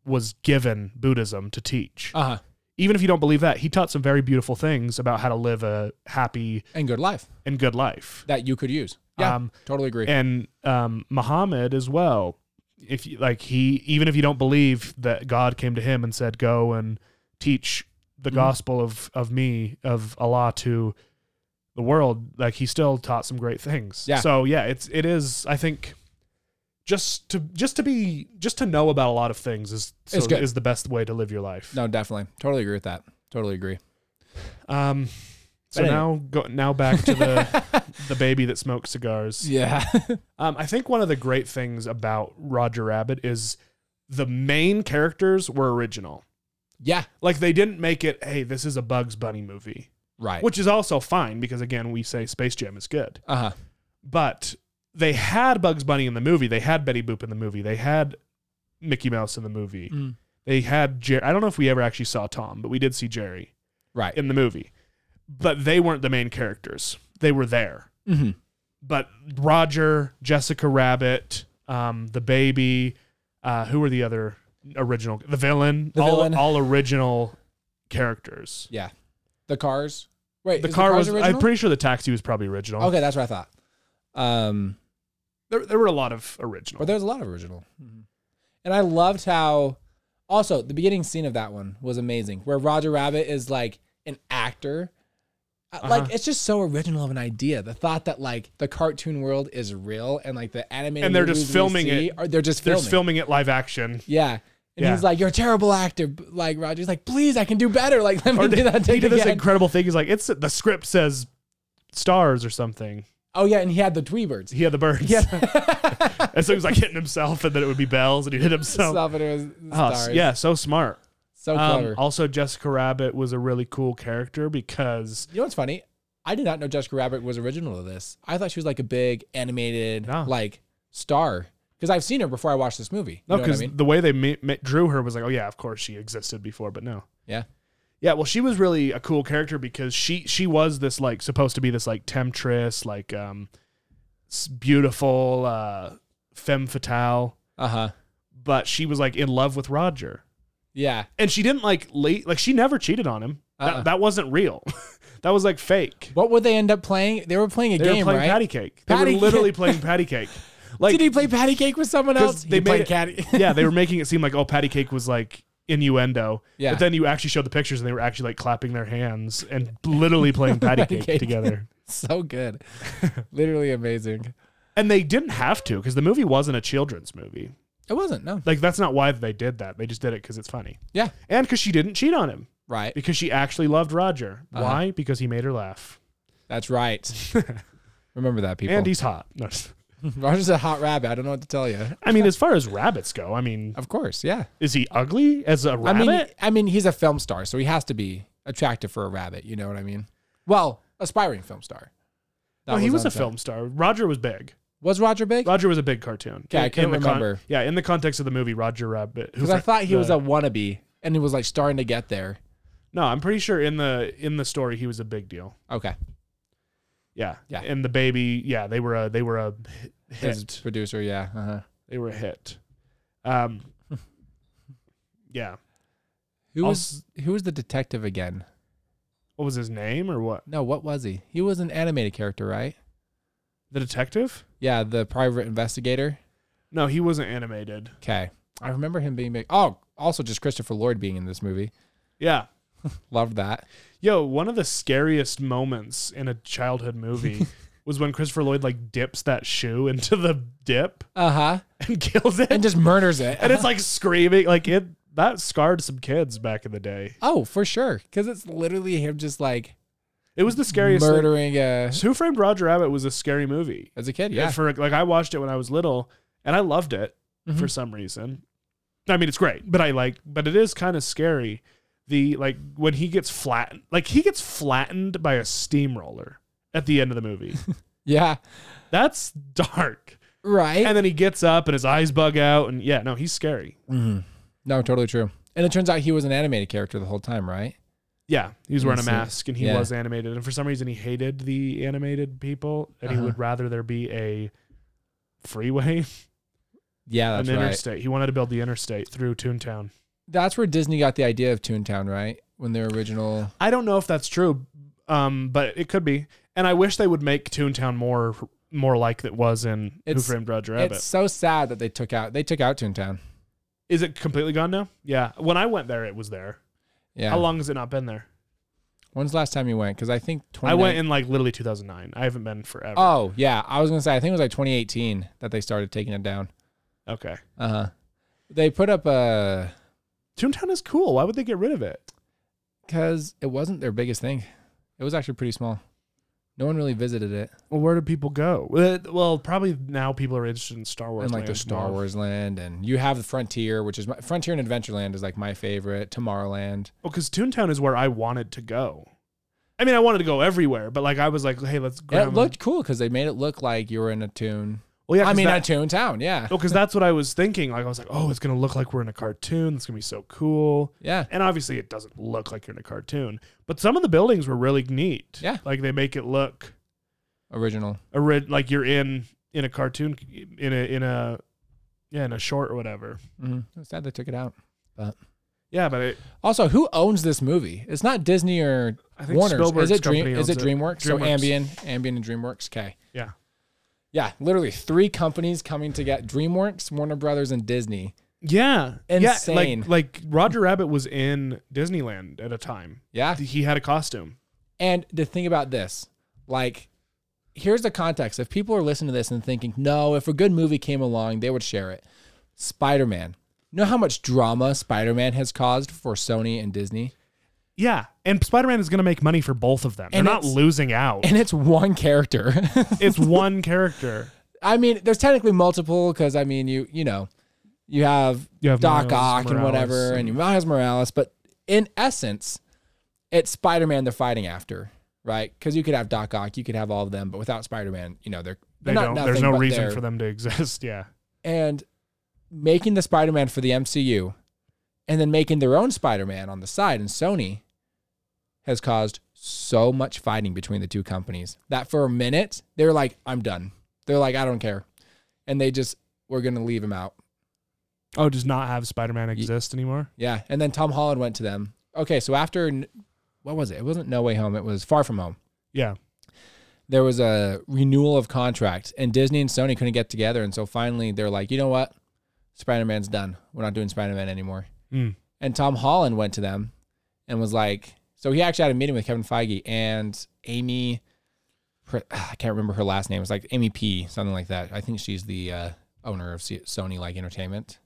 A: was given Buddhism to teach.
B: Uh huh.
A: even if you don't believe that, he taught some very beautiful things about how to live a happy
B: And good life
A: and good life.
B: that you could use. Yeah,
A: Um,
B: totally agree.
A: and um, Muhammad as well. If you, like he, even if you don't believe that God came to him and said, "Go and teach the
B: Mm-hmm.
A: gospel of of me of Allah to the world," like he still taught some great things.
B: Yeah.
A: So yeah, it's it is. I think just to just to be just to know about a lot of things is so
B: It's good.
A: is the best way to live your life.
B: no, definitely, totally agree with that. Totally agree.
A: Um. So
B: anyway.
A: now go now back to the the baby that smokes cigars.
B: Yeah.
A: Um, I think one of the great things about Roger Rabbit is the main characters were original.
B: yeah.
A: Like they didn't make it, hey, this is a Bugs Bunny movie,
B: Right.
A: which is also fine because again, we say Space Jam is good.
B: Uh huh.
A: But they had Bugs Bunny in the movie, they had Betty Boop in the movie, they had Mickey Mouse in the movie.
B: Mm.
A: They had Jerry. I don't know if we ever actually saw Tom, but we did see Jerry
B: Right.
A: in the movie. But they weren't the main characters. They were there
B: hmm
A: but Roger, Jessica Rabbit, um, the baby, uh, who were the other original? The villain,
B: The
A: all,
B: villain.
A: all original characters.
B: Yeah. The cars. Wait,
A: The
B: is
A: car
B: cars
A: was.
B: original?
A: I'm pretty sure the taxi was probably original.
B: okay, that's what I thought. Um,
A: There, there were a lot of original.
B: But there's a lot of original.
A: Mm-hmm.
B: And I loved how also the beginning scene of that one was amazing where Roger Rabbit is like an actor. Uh, Like
A: Uh-huh.
B: it's just so original of an idea. The thought that like the cartoon world is real and like the animated
A: And they're just
B: movies we
A: filming
B: see
A: it.
B: Are, they're just
A: They're
B: filming.
A: just filming it live action.
B: yeah. And
A: Yeah.
B: he's like, "You're a terrible actor." b- Like Roger's like, "Please, I can do better." Like let me
A: Or
B: do
A: they,
B: that
A: they
B: take
A: did this
B: again.
A: incredible thing. He's like, it's the script says stars or something.
B: oh yeah, and he had the Tweebirds.
A: He had the birds. and so he was like hitting himself, and then it would be bells, and he hit himself.
B: Stuff and it was
A: Oh,
B: stars.
A: yeah, so smart.
B: so
A: Um,
B: clever.
A: also, Jessica Rabbit was a really cool character because
B: You know what's funny? I did not know Jessica Rabbit was original to this. I thought she was like a big animated
A: No.
B: like star because I've seen her before I watched this movie. You
A: no,
B: know what I
A: because
B: mean?
A: the way they ma- ma- drew her was like, oh yeah, of course she existed before, but no,
B: Yeah.
A: yeah. Well, she was really a cool character because she she was this like supposed to be this like temptress, like um, s- beautiful uh, femme fatale,
B: Uh huh.
A: but she was like in love with Roger,
B: Yeah.
A: and she didn't like late like she never cheated on him.
B: Uh-uh.
A: That, that wasn't real. that was like fake.
B: What would they end up playing? They were playing a
A: They
B: game,
A: were playing
B: right?
A: patty cake. They
B: Patty
A: were literally
B: cake.
A: playing patty cake. Like
B: did he play patty cake with someone else?
A: they
B: he played
A: made
B: caddy.
A: yeah, they were making it seem like oh, patty cake was like innuendo.
B: Yeah.
A: But then you actually showed the pictures and they were actually like clapping their hands and literally playing patty,
B: Patty
A: cake,
B: cake.
A: together.
B: so good. Literally amazing.
A: And they didn't have to because the movie wasn't a children's movie.
B: It wasn't no.
A: Like that's not why they did that. They just did it because it's funny
B: Yeah.
A: and because she didn't cheat on him
B: Right.
A: because she actually loved Roger.
B: Uh-huh.
A: Why? Because he made her laugh
B: That's right. Remember that, people.
A: and he's hot. No, just-
B: Roger's a hot rabbit. I don't know what to tell you.
A: I mean, as far as rabbits go, I mean,
B: Of course. Yeah.
A: is he ugly as a rabbit?
B: I mean, I mean, he's a film star, so he has to be attractive for a rabbit. You know what I mean? Well, aspiring film star. That
A: no, he was a
B: unfair.
A: film star. Roger was big.
B: Was Roger big?
A: Roger was a big cartoon.
B: Okay, I
A: In-
B: couldn't
A: in the con-
B: remember.
A: yeah, in the context of the movie Roger Rabbit. who
B: Because I
A: fr-
B: thought he was
A: the-
B: a wannabe and he was like starting to get there.
A: No, I'm pretty sure in the in the story he was a big deal.
B: Okay.
A: Yeah,
B: Yeah.
A: And the baby, yeah, they were a they were a hit.
B: His producer, yeah. Uh-huh.
A: They were a hit. Um, yeah.
B: Who
A: Also-
B: was who was the detective again?
A: What was his name or what?
B: No, what was he? He was an animated character, right?
A: The detective?
B: Yeah, the private investigator.
A: No, he wasn't animated.
B: Okay. I remember him being big. Oh, also just Christopher Lloyd being in this movie.
A: Yeah.
B: Loved that.
A: Yo, one of the scariest moments in a childhood movie was when Christopher Lloyd like dips that shoe into the dip
B: Uh huh.
A: and kills it.
B: And just murders it.
A: and it's like screaming like it that scarred some kids back in the day.
B: oh, for sure. Because it's literally him just like
A: It was the scariest thing.
B: murdering uh,
A: Who Framed Roger Rabbit was a scary movie.
B: as a kid. Yeah.
A: For like I watched it when I was little and I loved it for some reason. I mean it's great, but I like but it is kind of scary. The like when he gets flattened like he gets flattened by a steamroller at the end of the movie.
B: Yeah.
A: That's dark.
B: Right.
A: And then he gets up and his eyes bug out and yeah, no, he's scary.
B: Mm-hmm. no, totally true. And it turns out he was an animated character the whole time, right?
A: Yeah, he was wearing a
B: see.
A: mask and he
B: Yeah.
A: was animated. And for some reason, he hated the animated people and he
B: Uh-huh.
A: would rather there be a freeway,
B: Yeah,
A: an
B: that's right.
A: interstate. He wanted to build the interstate through Toontown.
B: That's where Disney got the idea of Toontown, right? When their original.
A: I don't know if that's true, um, but it could be. And I wish they would make Toontown more more like that was in Who
B: It's-
A: Framed Roger
B: It's
A: Rabbit.
B: so sad that they took out they took out Toontown.
A: Is it completely gone now? Yeah. When I went there, it was there.
B: Yeah.
A: How long has it not been there?
B: When's the last time you went? Because I think
A: I
B: 20.
A: went in like literally 2009. I haven't been forever.
B: Oh yeah, I was gonna say I think it was like 2018 that they started taking it down.
A: Okay.
B: Uh huh. They put up a
A: Toontown is cool. Why would they get rid of it?
B: because it wasn't their biggest thing. It was actually pretty small. No one really visited it
A: Well, where do people go? Well, it- Well, probably now people are interested in Star Wars.
B: and like the
A: Land
B: Star
A: more.
B: Wars land, and you have the Frontier, which is my, Frontier and Adventureland is like my favorite. Tomorrowland.
A: Well, because Toontown is where I wanted to go. I mean, I wanted to go everywhere, but like I was like, hey, let's
B: And
A: grab.
B: it looked cool because they made it look like you were in a tune.
A: Well, yeah,
B: I mean,
A: that,
B: a tune town. Yeah,
A: well, 'cause that's what I was thinking. Like I was like, oh, it's gonna look like we're in a cartoon. It's gonna be so cool.
B: yeah.
A: And obviously, it doesn't look like you're in a cartoon. But some of the buildings were really neat.
B: Yeah.
A: like they make it look
B: Original.
A: ori- like you're in in a cartoon in a in a yeah in a short or whatever.
B: Mm-hmm. It's sad they took it out.
A: Yeah, but it,
B: Also, who owns this movie? It's not Disney or
A: I think
B: Warner.
A: Spielberg's
B: Is it Dream?
A: company
B: Is it
A: owns
B: DreamWorks? So
A: DreamWorks.
B: Ambien, Ambien, and DreamWorks. Okay.
A: Yeah.
B: Yeah, literally three companies coming to get DreamWorks, Warner Brothers, and Disney.
A: Yeah.
B: Insane.
A: Yeah, like, like Roger Rabbit was in Disneyland at a time.
B: Yeah.
A: He had a costume.
B: And to think about this, like, here's the context. If people are listening to this and thinking, no, if a good movie came along, they would share it. Spider Man. You know how much drama Spider Man has caused for Sony and Disney?
A: Yeah. And Spider Man is going to make money for both of them.
B: And
A: They're not
B: it's-
A: losing out.
B: And it's one character.
A: it's one character.
B: I mean, there's technically multiple because I mean, you you know, you have,
A: You have
B: Doc
A: Miles
B: Ock and whatever,
A: Morales
B: and, you Miles Morales, but in essence, it's Spider-Man they're fighting after, right? Because you could have Doc Ock, you could have all of them, but without Spider-Man, you know, they're,
A: They
B: they're not
A: don't,
B: nothing,
A: there's no
B: but
A: reason
B: they're-
A: for them to exist. Yeah.
B: And making the Spider-Man for the MCU, and then making their own Spider-Man on the side, and Sony has caused so much fighting between the two companies that for a minute they're like, "I'm done." They're like, "I don't care," and they just we're gonna leave him out.
A: Oh, does not have Spider Man exist anymore?
B: Yeah, and then Tom Holland went to them. Okay, so after n- what was it? It wasn't No Way Home. It was Far From Home.
A: Yeah.
B: There was a renewal of contract, and Disney and Sony couldn't get together, and so finally they're like, you know what? Spider Man's done. We're not doing Spider Man anymore.
A: Mm.
B: And Tom Holland went to them, and was like, so he actually had a meeting with Kevin Feige and Amy. Pr- I can't remember her last name. It's like Amy P. Something like that. I think she's the uh, owner of C- Sony like Entertainment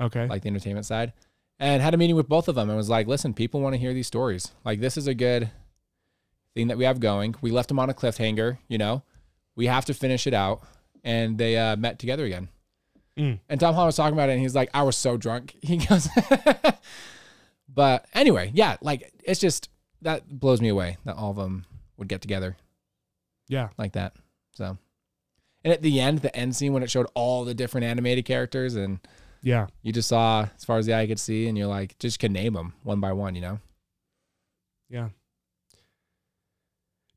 A: Okay.
B: like the entertainment side, and had a meeting with both of them and was like, listen, people want to hear these stories. Like, this is a good thing that we have going. We left them on a cliffhanger, you know, we have to finish it out. And they uh, met together again.
A: Mm.
B: And Tom Holland was talking about it, and he's like, I was so drunk. He goes, but anyway, yeah, like, it's just that blows me away that all of them would get together.
A: Yeah.
B: like that. So, and at the end, the end scene when it showed all the different animated characters, and
A: Yeah.
B: you just saw as far as the eye could see, and you're like, just can name them one by one, you know?
A: Yeah.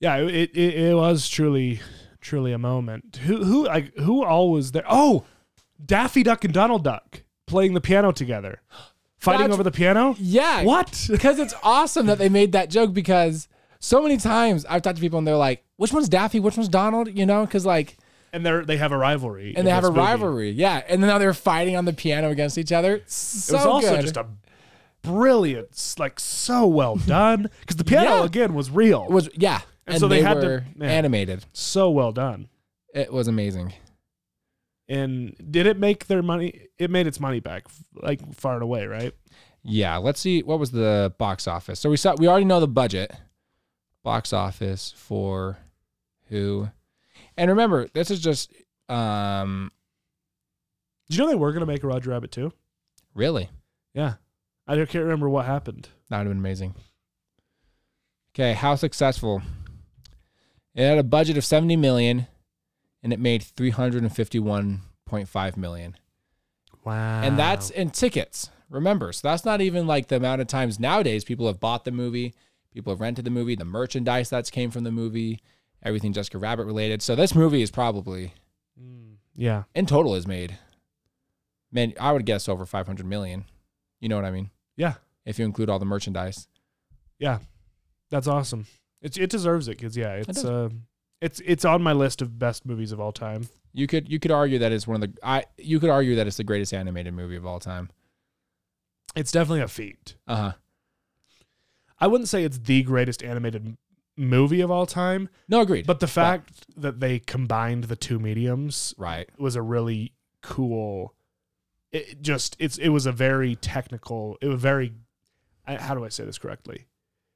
A: Yeah, it, it it was truly truly a moment. Who who like who all was there? Oh, Daffy Duck and Donald Duck playing the piano together. Fighting
B: That's-
A: over the piano?
B: Yeah.
A: What?
B: Because it's awesome that they made that joke because so many times I've talked to people and they're like, which one's Daffy? Which one's Donald? You know? Because like,
A: And they're they have a rivalry. in
B: and they have a
A: this movie.
B: rivalry. Yeah. And then now they're fighting on the piano against each other.
A: It
B: So
A: was also
B: good.
A: just a brilliant, s- like so well done. Because the piano
B: Yeah.
A: again was real.
B: It was, yeah.
A: And
B: And,
A: so they
B: they,
A: had to-
B: were
A: yeah.
B: animated.
A: so well done.
B: It was amazing.
A: And did it make their money? It made its money back, f- like far and away, right?
B: Yeah, let's see what was the box office. So we saw we already know the budget. Box office for who? And remember, this is just um
A: Did you know they were gonna make a Roger Rabbit too?
B: really
A: Yeah, I don't- can't remember what happened.
B: that would have been amazing. Okay, how successful? It had a budget of 70 million and it made 351.5 million.
A: Wow.
B: and that's in tickets. Remember, so that's not even like the amount of times nowadays people have bought the movie, people have rented the movie, the merchandise that's came from the movie, everything Jessica Rabbit related. So this movie is probably
A: Mm. yeah,
B: in total is made, man, I would guess over 500 million. You know what I mean?
A: yeah,
B: If you include all the merchandise,
A: yeah. That's awesome. It it deserves it because yeah, it's
B: does.
A: uh, it's it's on my list of best movies of all time.
B: you could you could argue that it's one of the I you could argue that it's the greatest animated movie of all time.
A: It's definitely a feat.
B: Uh huh.
A: I wouldn't say it's the greatest animated m- movie of all time,
B: No, agreed.
A: but the fact that they combined the two mediums
B: right,
A: was a really cool it it just it's it was a very technical it was very I- how do i say this correctly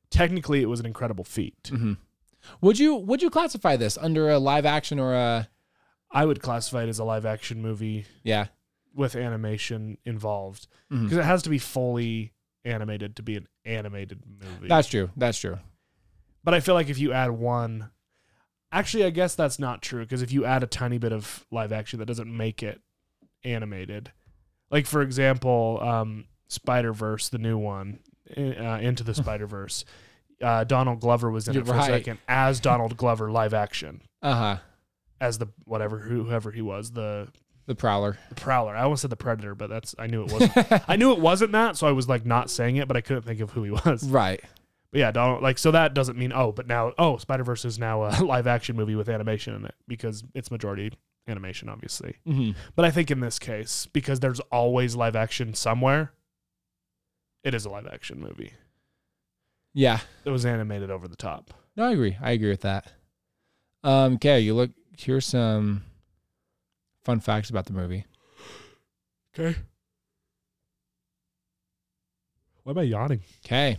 A: technically it was an incredible feat
B: would you would you classify this under a live action or a
A: i would classify it as a live action movie
B: yeah?
A: with animation involved
B: Mhm.
A: because it has to be fully animated to be an animated movie
B: That's true. That's true.
A: but i feel like if you add one actually i guess that's not true because if you add a tiny bit of live action that doesn't make it animated like for example um, spider-verse the new one in- uh, into the spider-verse uh, donald glover was in
B: You're
A: it for
B: right.
A: a second as donald glover live action
B: Uh huh.
A: as the whatever who- whoever he was the,
B: The Prowler.
A: the prowler i almost said the predator but that's i knew it wasn't i knew it wasn't that so i was like not saying it but i couldn't think of who he was
B: Right.
A: But yeah, don't like so that doesn't mean oh, but now oh, Spider Verse is now a live action movie with animation in it because it's majority animation, obviously.
B: Mm-hmm.
A: But I think in this case, because there's always live action somewhere, it is a live action movie.
B: Yeah.
A: It was animated over the top.
B: No, I agree. I agree with that. Um, okay, you look here's some fun facts about the movie.
A: Okay. Why am I yawning?
B: Okay.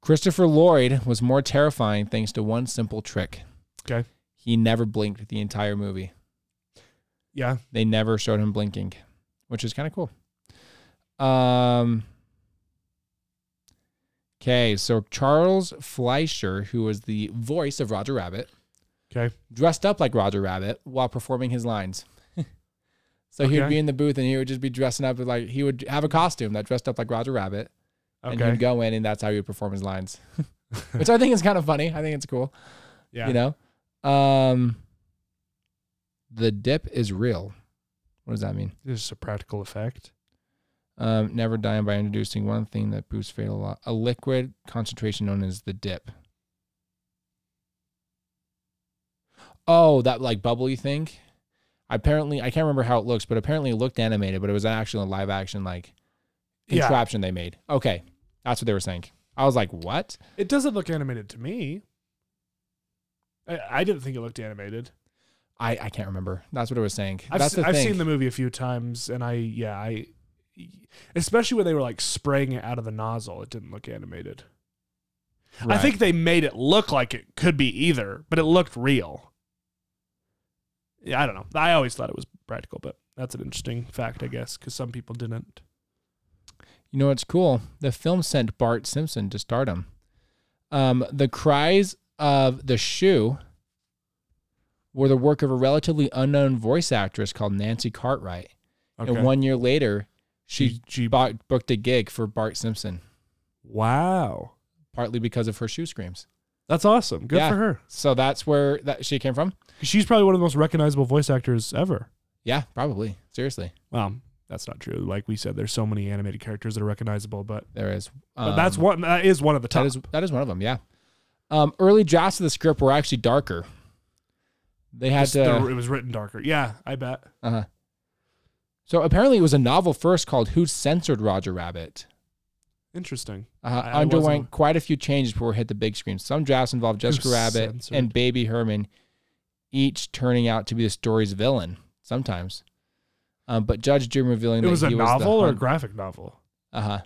B: Christopher Lloyd was more terrifying thanks to one simple trick.
A: Okay.
B: He never blinked the entire movie.
A: Yeah.
B: They never showed him blinking, which is kind of cool. Um Okay, so Charles Fleischer, who was the voice of Roger Rabbit,
A: Okay.
B: dressed up like Roger Rabbit while performing his lines. so he would
A: Okay.
B: be in the booth and he would just be dressing up with like he would have a costume that dressed up like Roger Rabbit, and
A: Okay.
B: he'd go in and that's how he would perform his lines, which I think is kind of funny. I think it's cool,
A: yeah.
B: you know. Um, the dip is real. What does that mean?
A: It's just a practical effect.
B: Um, never dying by introducing one thing that boosts fatal lo- a liquid concentration known as the dip. Oh, that like bubbly thing. Apparently, I can't remember how it looks, but apparently it looked animated, but it was actually a live action like
A: Yeah.
B: contraption they made. Okay, that's what they were saying. I was like, what?
A: It doesn't look animated to me. I, I didn't think it looked animated.
B: I, I can't remember. That's what it was saying.
A: I've,
B: that's
A: se-
B: the
A: I've
B: thing.
A: seen the movie a few times, and I yeah I, especially when they were like spraying it out of the nozzle, it didn't look animated. I
B: Right.
A: think they made it look like it could be either, but it looked real. Yeah, I don't know. I always thought it was practical, but that's an interesting fact, I guess, because some people didn't.
B: You know what's cool? The film sent Bart Simpson to stardom. Um, the cries of the shoe were the work of a relatively unknown voice actress called Nancy Cartwright. And one year later, she
A: She, she
B: bought, booked a gig for Bart Simpson,
A: wow,
B: partly because of her shoe screams.
A: that's awesome. Good
B: Yeah.
A: for her.
B: So that's where that she came from.
A: She's probably one of the most recognizable voice actors ever.
B: Yeah, probably. Seriously,
A: Well, that's not true. Like we said, there's so many animated characters that are recognizable, but,
B: there is.
A: but that's
B: um,
A: one. That is one of the top.
B: That is that is one of them. Yeah. Um, early drafts of the script were actually darker. They had
A: Just
B: to.
A: the- it was written darker. Yeah, I bet.
B: Uh-huh. So apparently, it was a novel first called "Who Censored Roger Rabbit."
A: Interesting.
B: Uh,
A: I- I
B: underwent
A: wasn't-
B: quite a few changes before it hit the big screen. Some drafts involved Jessica Rabbit
A: Censored?
B: and Baby Herman, each turning out to be the story's villain sometimes. Um, but Judge Drew revealing
A: It
B: that
A: was a
B: he
A: novel or a
B: was
A: graphic novel.
B: or uh huh.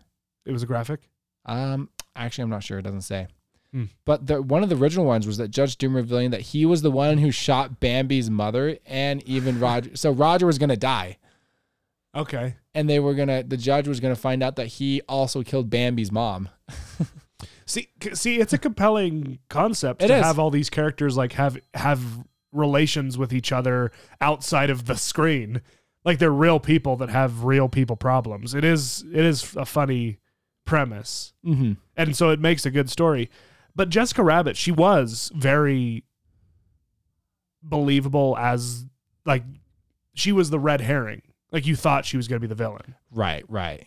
A: It was a graphic.
B: Um, actually, I'm not sure. It doesn't say.
A: Hmm.
B: But the, one of the original ones was that Judge Doom revealing that he was the one who shot Bambi's mother and even Roger. So Roger was gonna die,
A: Okay.
B: and they were gonna. The judge was gonna find out that he also killed Bambi's mom.
A: See, c- see, it's a compelling concept
B: It
A: to
B: is.
A: have all these characters like have have relations with each other outside of the screen. Like they're real people that have real people problems. It is it is a funny premise,
B: Mm-hmm.
A: and so it makes a good story. But Jessica Rabbit, she was very believable as like she was the red herring. Like you thought she was going to be the villain.
B: Right, right.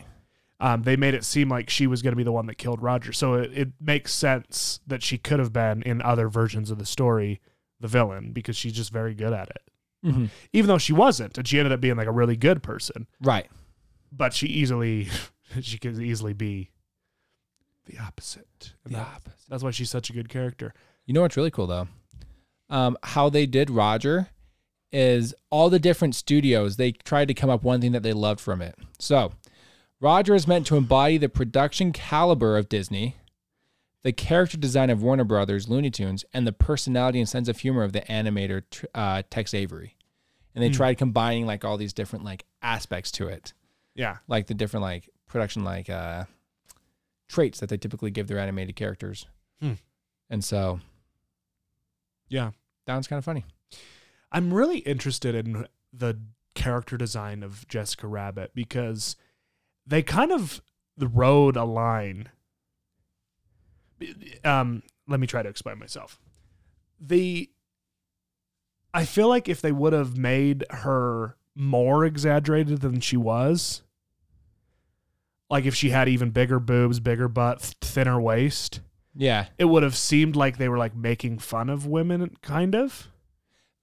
A: um, they made it seem like she was going to be the one that killed Roger. So it, it makes sense that she could have been in other versions of the story the villain because she's just very good at it.
B: Mm-hmm.
A: Even though she wasn't, and she ended up being like a really good person,
B: Right.
A: but she easily she could easily be the opposite. And that- That's why she's such a good character.
B: You know what's really cool though? Um, how they did Roger is all the different studios, they tried to come up one thing that they loved from it. So Roger is meant to embody the production caliber of Disney, the character design of Warner Brothers, Looney Tunes, and the personality and sense of humor of the animator tr- uh, Tex Avery. And they tried combining like all these different like aspects to it,
A: Yeah.
B: like the different like production like uh, traits that they typically give their animated characters.
A: Hmm.
B: And so
A: Yeah.
B: that was kind of funny.
A: I'm really interested in the character design of Jessica Rabbit because they kind of rode a line. Um, let me try to explain myself. The I feel like if they would have made her more exaggerated than she was, like if she had even bigger boobs, bigger butt, th- thinner waist,
B: Yeah.
A: it would have seemed like they were like making fun of women, kind of.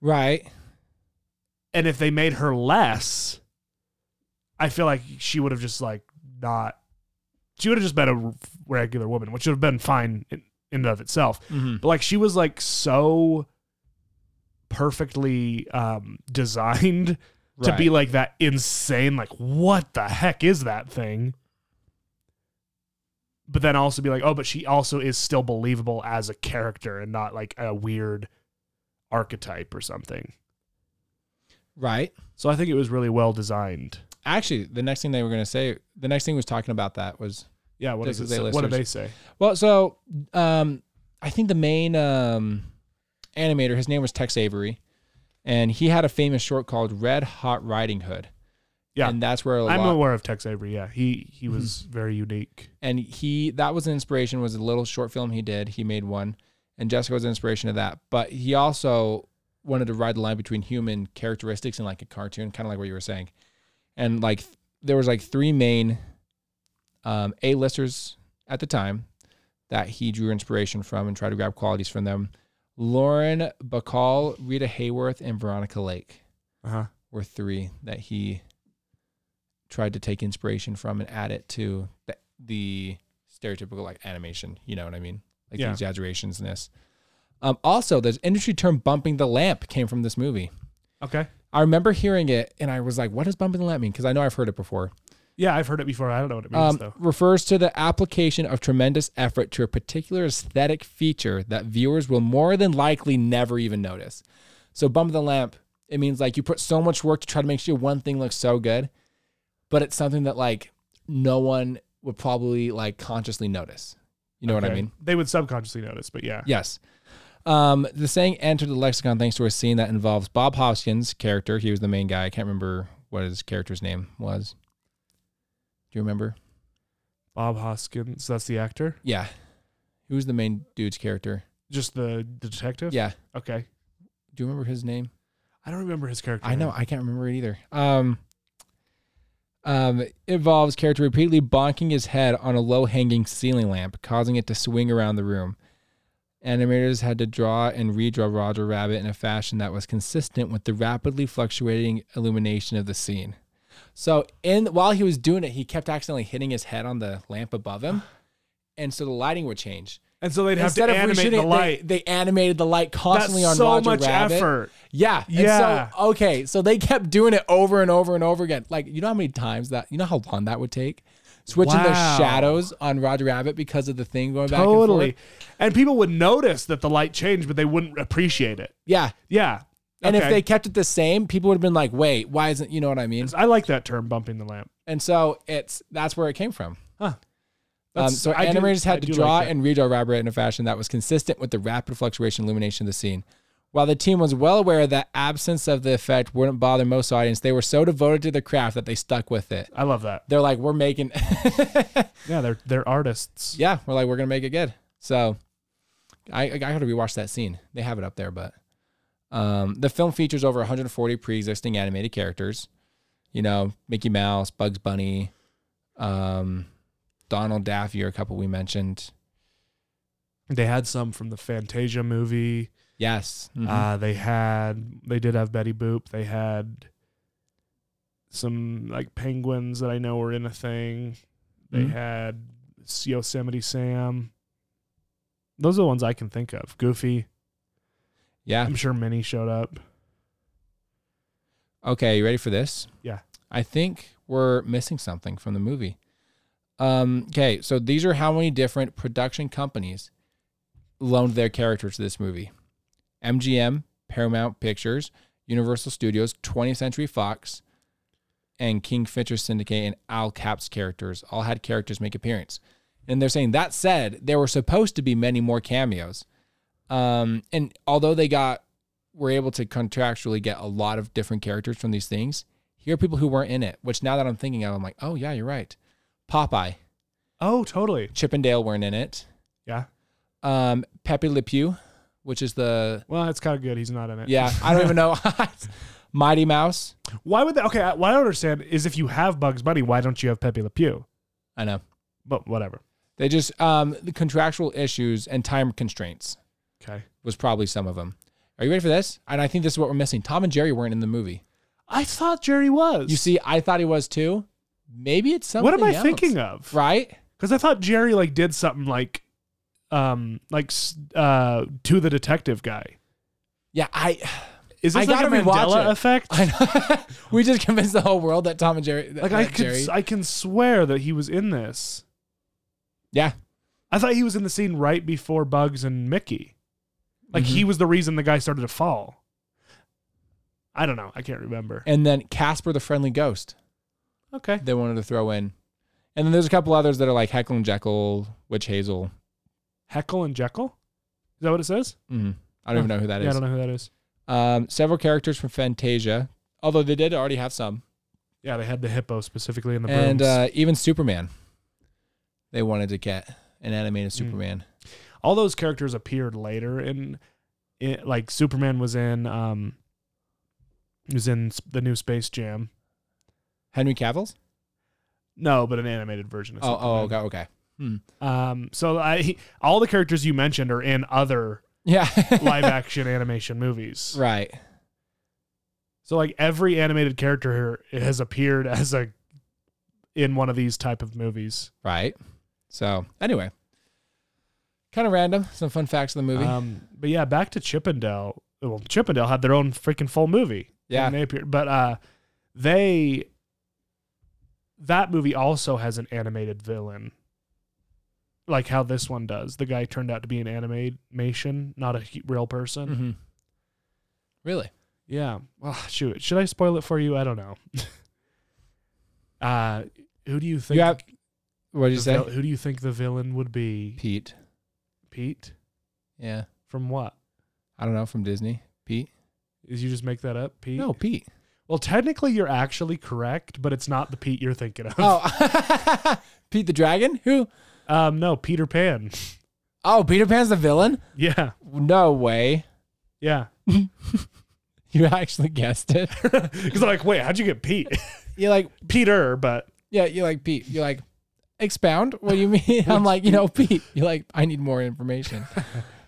B: Right.
A: and if they made her less, I feel like she would have just like not. She would have just been a regular woman, which would have been fine in, in and of itself.
B: Mm-hmm.
A: But like she was like so perfectly um, designed to be like that insane, like what the heck is that thing? But then also be like, oh, but she also is still believable as a character and not like a weird archetype or something.
B: right.
A: So I think it was really well designed.
B: Actually, the next thing they were going to say, the next thing was talking about that was
A: Yeah, what
B: This
A: does it
B: is
A: say?
B: A
A: What did
B: listers.
A: they say?
B: well, so um, I think the main um, animator, his name was Tex Avery, and he had a famous short called Red Hot Riding Hood.
A: Yeah.
B: and that's where a
A: I'm
B: lot, Mm-hmm.
A: aware of Tex Avery. Yeah, he he was very unique.
B: and he that was an inspiration was a little short film he did. He made one, and Jessica was an inspiration of that. But he also wanted to ride the line between human characteristics and like a cartoon, kind of like what you were saying. And like th- there was like three main um, A-listers at the time that he drew inspiration from and tried to grab qualities from them. Lauren Bacall, Rita Hayworth, and Veronica Lake
A: Uh huh.
B: were three that he tried to take inspiration from and add it to the, the stereotypical like animation. You know what I mean? Like
A: Yeah.
B: the exaggerations in this. Um, also, the industry term "bumping the lamp" came from this movie.
A: Okay.
B: I remember hearing it and I was like, "What does bumping the lamp mean?" Because I know I've heard it before.
A: Yeah, I've heard it before. I don't know what it means
B: Um,
A: though.
B: refers to the application of tremendous effort to a particular aesthetic feature that viewers will more than likely never even notice. So, bump the lamp, it means like you put so much work to try to make sure one thing looks so good, but it's something that like no one would probably like consciously notice. You know what I
A: Okay.
B: mean?
A: They would subconsciously notice, but yeah.
B: Yes. Um, the saying entered the lexicon thanks to a scene that involves Bob Hoskins' character. He was the main guy. I can't remember what his character's name was. Do you remember?
A: Bob Hoskins, that's the actor,
B: Yeah. Who was the main dude's character?
A: just the detective.
B: Yeah.
A: Okay.
B: Do you remember his name?
A: I don't remember his character.
B: I know.
A: name.
B: I can't remember it either. Um, um, it involves character repeatedly bonking his head on a low hanging ceiling lamp, causing it to swing around the room. Animators had to draw and redraw Roger Rabbit in a fashion that was consistent with the rapidly fluctuating illumination of the scene. So, in while he was doing it, he kept accidentally hitting his head on the lamp above him, and so the lighting would change.
A: And so they'd have to animate
B: reshooting it,
A: the
B: they-
A: light.
B: They, animated the light constantly
A: that's
B: on
A: so
B: Roger
A: much
B: Rabbit.
A: effort.
B: Yeah. and
A: Yeah.
B: so, okay. So they kept doing it over and over and over again. Like, you know how many times that, you know how long that would take? Switching the
A: Wow.
B: shadows on Roger Rabbit because of the thing going back
A: Totally.
B: and forth.
A: And people would notice that the light changed, but they wouldn't appreciate it.
B: Yeah.
A: Yeah.
B: And if
A: Okay.
B: they kept it the same, people would have been like, wait, why isn't, you know what I mean?
A: I like that term, bumping the lamp.
B: And so it's, that's where it came from.
A: Huh.
B: Um,
A: That's-
B: so
A: I do-
B: animators
A: I
B: had to
A: do
B: draw
A: like that.
B: and redraw Rabbit in a fashion that was consistent with the rapid fluctuation illumination of the scene. While the team was well aware that absence of the effect wouldn't bother most audience, they were so devoted to the craft that they stuck with it.
A: I love that.
B: They're like, we're making,
A: Yeah, they're they're artists.
B: yeah, we're like, we're gonna make it good. So I I gotta rewatch that scene. They have it up there, but um, the film features over 140 pre-existing animated characters. You know, Mickey Mouse, Bugs Bunny, um, Donald Daffy, are a couple we mentioned.
A: They had some from the Fantasia movie.
B: Yes, Mhm.
A: Uh, they had they did have Betty Boop. They had some like penguins that I know were in a thing. They
B: Mhm.
A: had Yosemite Sam. Those are the ones I can think of. Goofy.
B: yeah.
A: I'm sure Minnie showed up.
B: Okay, you ready for this?
A: Yeah.
B: I think we're missing something from the movie. Um, okay, so these are how many different production companies loaned their characters to this movie MGM, Paramount Pictures, Universal Studios, 20th Century Fox, and Kingfisher Syndicate and Al Cap's characters all had characters make appearance. And they're saying that said, there were supposed to be many more cameos. Um, and although they got were able to contractually get a lot of different characters from these things, here are people who weren't in it, which now that I'm thinking of, I'm like, oh yeah, you're right. Popeye,
A: Oh, totally.
B: Chip and Dale weren't in it.
A: Yeah.
B: Um, Pepe Le Pew, which is the
A: Well, that's kind of good. He's not in it.
B: yeah, I don't even know. Mighty Mouse.
A: Why would that? Okay. I- What I don't understand is if you have Bugs Bunny, why don't you have Pepe Le Pew?
B: I know.
A: But whatever.
B: They just um the contractual issues and time constraints
A: Okay.
B: was probably some of them. Are you ready for this? And I think this is what we're missing. Tom and Jerry weren't in the movie.
A: I thought Jerry was.
B: You see, I thought he was too. Maybe it's something.
A: what am I
B: else.
A: thinking of?
B: Right?
A: Because I thought Jerry like did something like, um, like s- uh, to the detective guy.
B: Yeah, I.
A: Is this
B: I
A: like a
B: gotta rewatch
A: Mandela
B: it.
A: effect?
B: I know. we just convinced the whole world that Tom and Jerry.
A: like
B: Like
A: I
B: Jerry.
A: could, I can swear that he was in this.
B: yeah.
A: I thought he was in the scene right before Bugs and Mickey. Like
B: Mm-hmm.
A: he was the reason the guy started to fall. I don't know. I can't remember.
B: And then Casper the Friendly Ghost.
A: Okay.
B: They wanted to throw in, and then there's a couple others that are like Heckle and Jekyll, Witch Hazel.
A: Heckle and Jekyll. Is that what it says?
B: Mhm. I don't even know who that is.
A: Yeah, I don't know who that is.
B: Um, several characters from Fantasia, although they did already have some,
A: Yeah, they had the hippo specifically in the brooms.
B: and uh, even Superman. They wanted to get
A: Hmm.
B: an animated Superman.
A: all those characters appeared later in, in like Superman was in um he was in sp- the new Space Jam.
B: Henry Cavill's.
A: No, but an animated version of
B: Oh, oh, okay,
A: Superman.
B: okay. Hmm.
A: Um so I he, all the characters you mentioned are in other
B: Yeah,
A: live action animation movies.
B: right.
A: So like every animated character here has appeared as a in one of these type of movies.
B: Right. So anyway, kind of random. Some fun facts of the movie.
A: Um but yeah, back to Chippendale. Well, Chippendale had their own freaking full movie.
B: yeah.
A: and they appeared. But uh, they that movie also has an animated villain, like how this one does. The guy turned out to be an animation, not a hu- real person.
B: Mhm. Really?
A: Yeah. Well, Ah, shoot. Should I spoil it for you? I don't know. uh, who do you think?
B: You have- What
A: the
B: did you say?
A: vil- who do you think the villain would be?
B: Pete.
A: Pete
B: Yeah.
A: from what?
B: I don't know from Disney. Pete?
A: Is you just make that up, Pete?
B: No, Pete.
A: Well, technically, you're actually correct, but it's not the Pete you're thinking of.
B: Oh, Pete the Dragon? Who?
A: Um, no, Peter Pan.
B: Oh, Peter Pan's the villain?
A: Yeah,
B: No way.
A: yeah.
B: You actually guessed it.
A: Because like, wait, how'd you get Pete?
B: You're like,
A: Peter, but
B: yeah, you're like, Pete. You're like, expound? What do you mean? I'm like, you know, Pete. You're like, I need more information.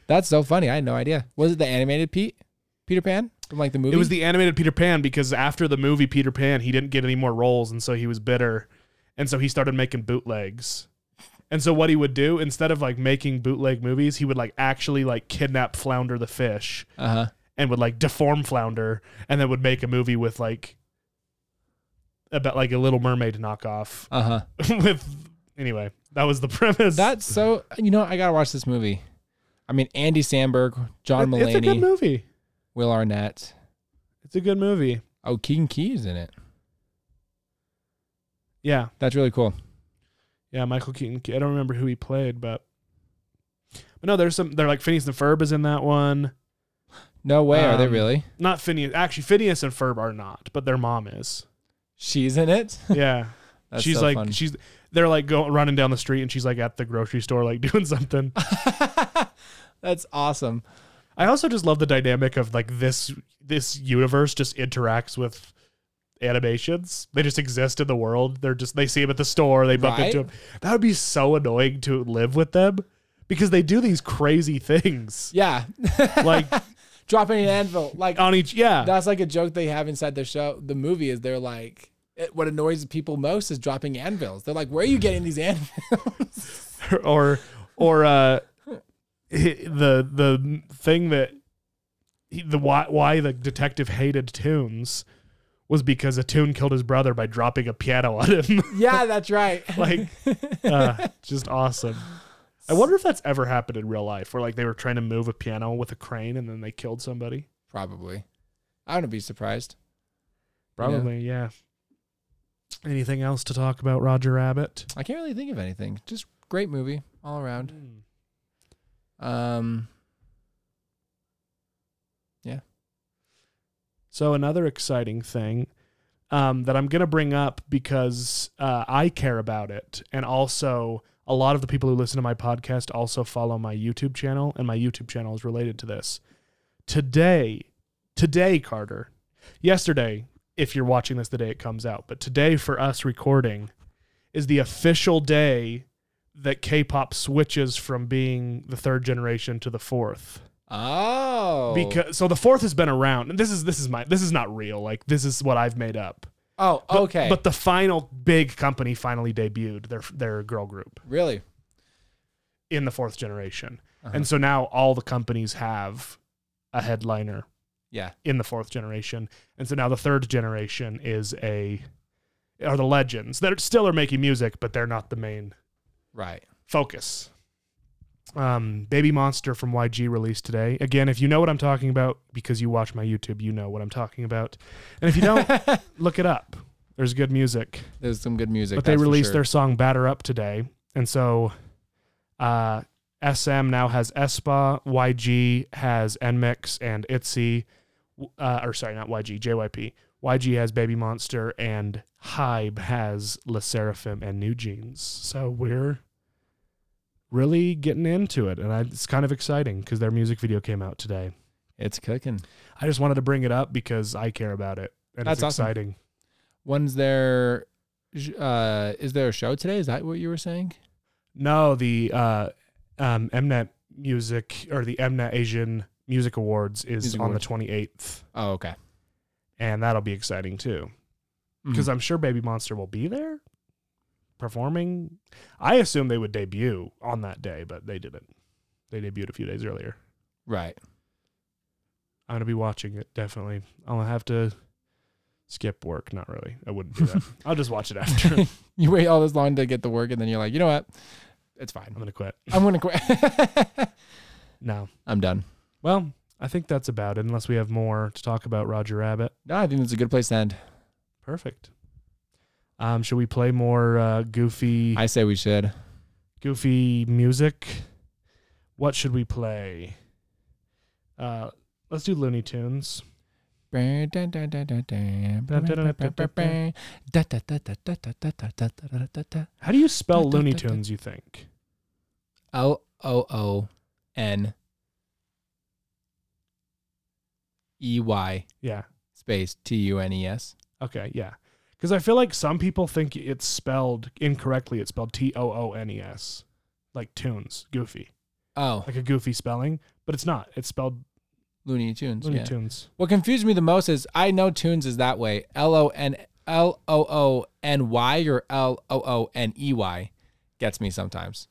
B: That's so funny. I had no idea. Was it the animated Pete? Peter Pan? From like the movie?
A: it was the animated Peter Pan because after the movie Peter Pan, he didn't get any more roles, and so he was bitter, and so he started making bootlegs. And so what he would do instead of like making bootleg movies, he would like actually like kidnap Flounder the fish
B: Uh-huh.
A: and would like deform Flounder, and then would make a movie with like about like a Little Mermaid knockoff
B: Uh-huh.
A: with anyway. That was the premise.
B: That's so. You know, I gotta watch this movie. I mean, Andy Samberg, John
A: It- It's a good
B: Mulaney,
A: movie.
B: Will Arnett.
A: It's a good movie.
B: Oh, Keegan Key is in it.
A: Yeah,
B: That's really cool.
A: yeah. Michael Keaton. I don't remember who he played, but but no, there's some. They're like Phineas and Ferb is in that one.
B: No way, are they
A: Um,
B: really?
A: Not Phineas. Actually, Phineas and Ferb are not, but their mom is.
B: She's in it.
A: Yeah,
B: That's
A: she's
B: so
A: like
B: fun.
A: she's. They're like go running down the street, and she's like at the grocery store, like doing something.
B: That's awesome.
A: I also just love the dynamic of like this this universe just interacts with animations. They just exist in the world. They're just they see them at the store. They bump
B: Right.
A: into them. That would be so annoying to live with them because they do these crazy things
B: Yeah,
A: like
B: dropping an anvil. Like
A: on each. Yeah,
B: that's like a joke they have inside their show. The movie is they're like. It, what annoys people most is dropping anvils. They're like, "Where are you getting these anvils?"
A: or or uh, the the thing that he, the why why the detective hated tunes was because a tune killed his brother by dropping a piano on him.
B: yeah, that's right.
A: like uh, just awesome i wonder if that's ever happened in real life where like they were trying to move a piano with a crane and then they killed somebody
B: Probably, I wouldn't be surprised.
A: probably yeah, anything else to talk about roger rabbit
B: I can't really think of anything. Just great movie all around. Um,
A: so another exciting thing um, that i'm going to bring up because uh, i care about it and also a lot of the people who listen to my podcast also follow my youtube channel and my youtube channel is related to this today today carter yesterday if you're watching this the day it comes out but today for us recording is the official day that k-pop switches from being the third generation to the fourth
B: oh,
A: because so the fourth has been around and this is this is my this is not real like this is what i've made up
B: oh,
A: But-
B: okay,
A: but the final big company finally debuted their their girl group
B: really,
A: in the fourth generation
B: Uh-huh.
A: and so now all the companies have a headliner
B: yeah,
A: in the fourth generation and so now the third generation is a are the legends that are- still are making music but they're not the main
B: right.
A: focus um, baby monster from yg released today again if you know what i'm talking about because you watch my youtube you know what i'm talking about and if you don't look it up there's good music
B: There's some good music,
A: but they
B: that's for
A: released
B: sure.
A: their song batter up today and so uh, sm now has espa yg has nmix and itzy uh, or sorry not yg jyp yg has baby monster and hybe has le seraphim and new jeans so we're really getting into it and I, it's kind of exciting because their music video came out today
B: It's cooking.
A: i just wanted to bring it up because i care about it and
B: That's
A: it's
B: awesome.
A: exciting
B: When's their? Uh, is there a show today? Is that what you were saying?
A: No, the uh, um, Mnet Music or the Mnet Asian Music Awards is
B: Music
A: on
B: Awards.
A: the 28th,
B: Oh, okay.
A: and that'll be exciting too.
B: Mm-hmm.
A: Because I'm sure Baby Monster will be there performing. I assume they would debut on that day, but they didn't. They debuted a few days earlier.
B: right.
A: I'm gonna be watching it definitely. I'll have to skip work. Not really. I wouldn't do that. I'll just watch it after. I'm
B: You wait all this long to get the work, and then you're like, you know what? It's fine.
A: gonna quit.
B: I'm gonna quit.
A: No.
B: I'm done.
A: Well, I think that's about it. Unless we have more to talk about Roger Rabbit.
B: No, I think that's a good place to end.
A: Perfect. Um, should we play more uh, goofy
B: I say we should.
A: goofy music? What should we play? Uh, Let's do Looney Tunes.
B: O
A: How do you spell Looney Tunes, you think?
B: O O N E Y
A: Yeah.
B: space T U N E S.
A: Okay, yeah. Because I feel like some people think it's spelled incorrectly. It's spelled T O O N E S, like tunes, goofy,
B: Oh,
A: like a goofy spelling, but it's not. It's spelled
B: Looney Tunes.
A: Looney
B: yeah.
A: Tunes.
B: What confused me the most is I know tunes is that way. L O N L O O N Y or L O O N E Y gets me sometimes.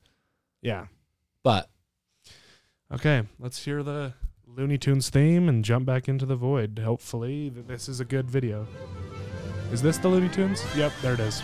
A: Yeah.
B: But
A: Okay, let's hear the Looney Tunes theme and jump back into the void. Hopefully, th- this is a good video. Is this the Looney Tunes? Yep, there it is.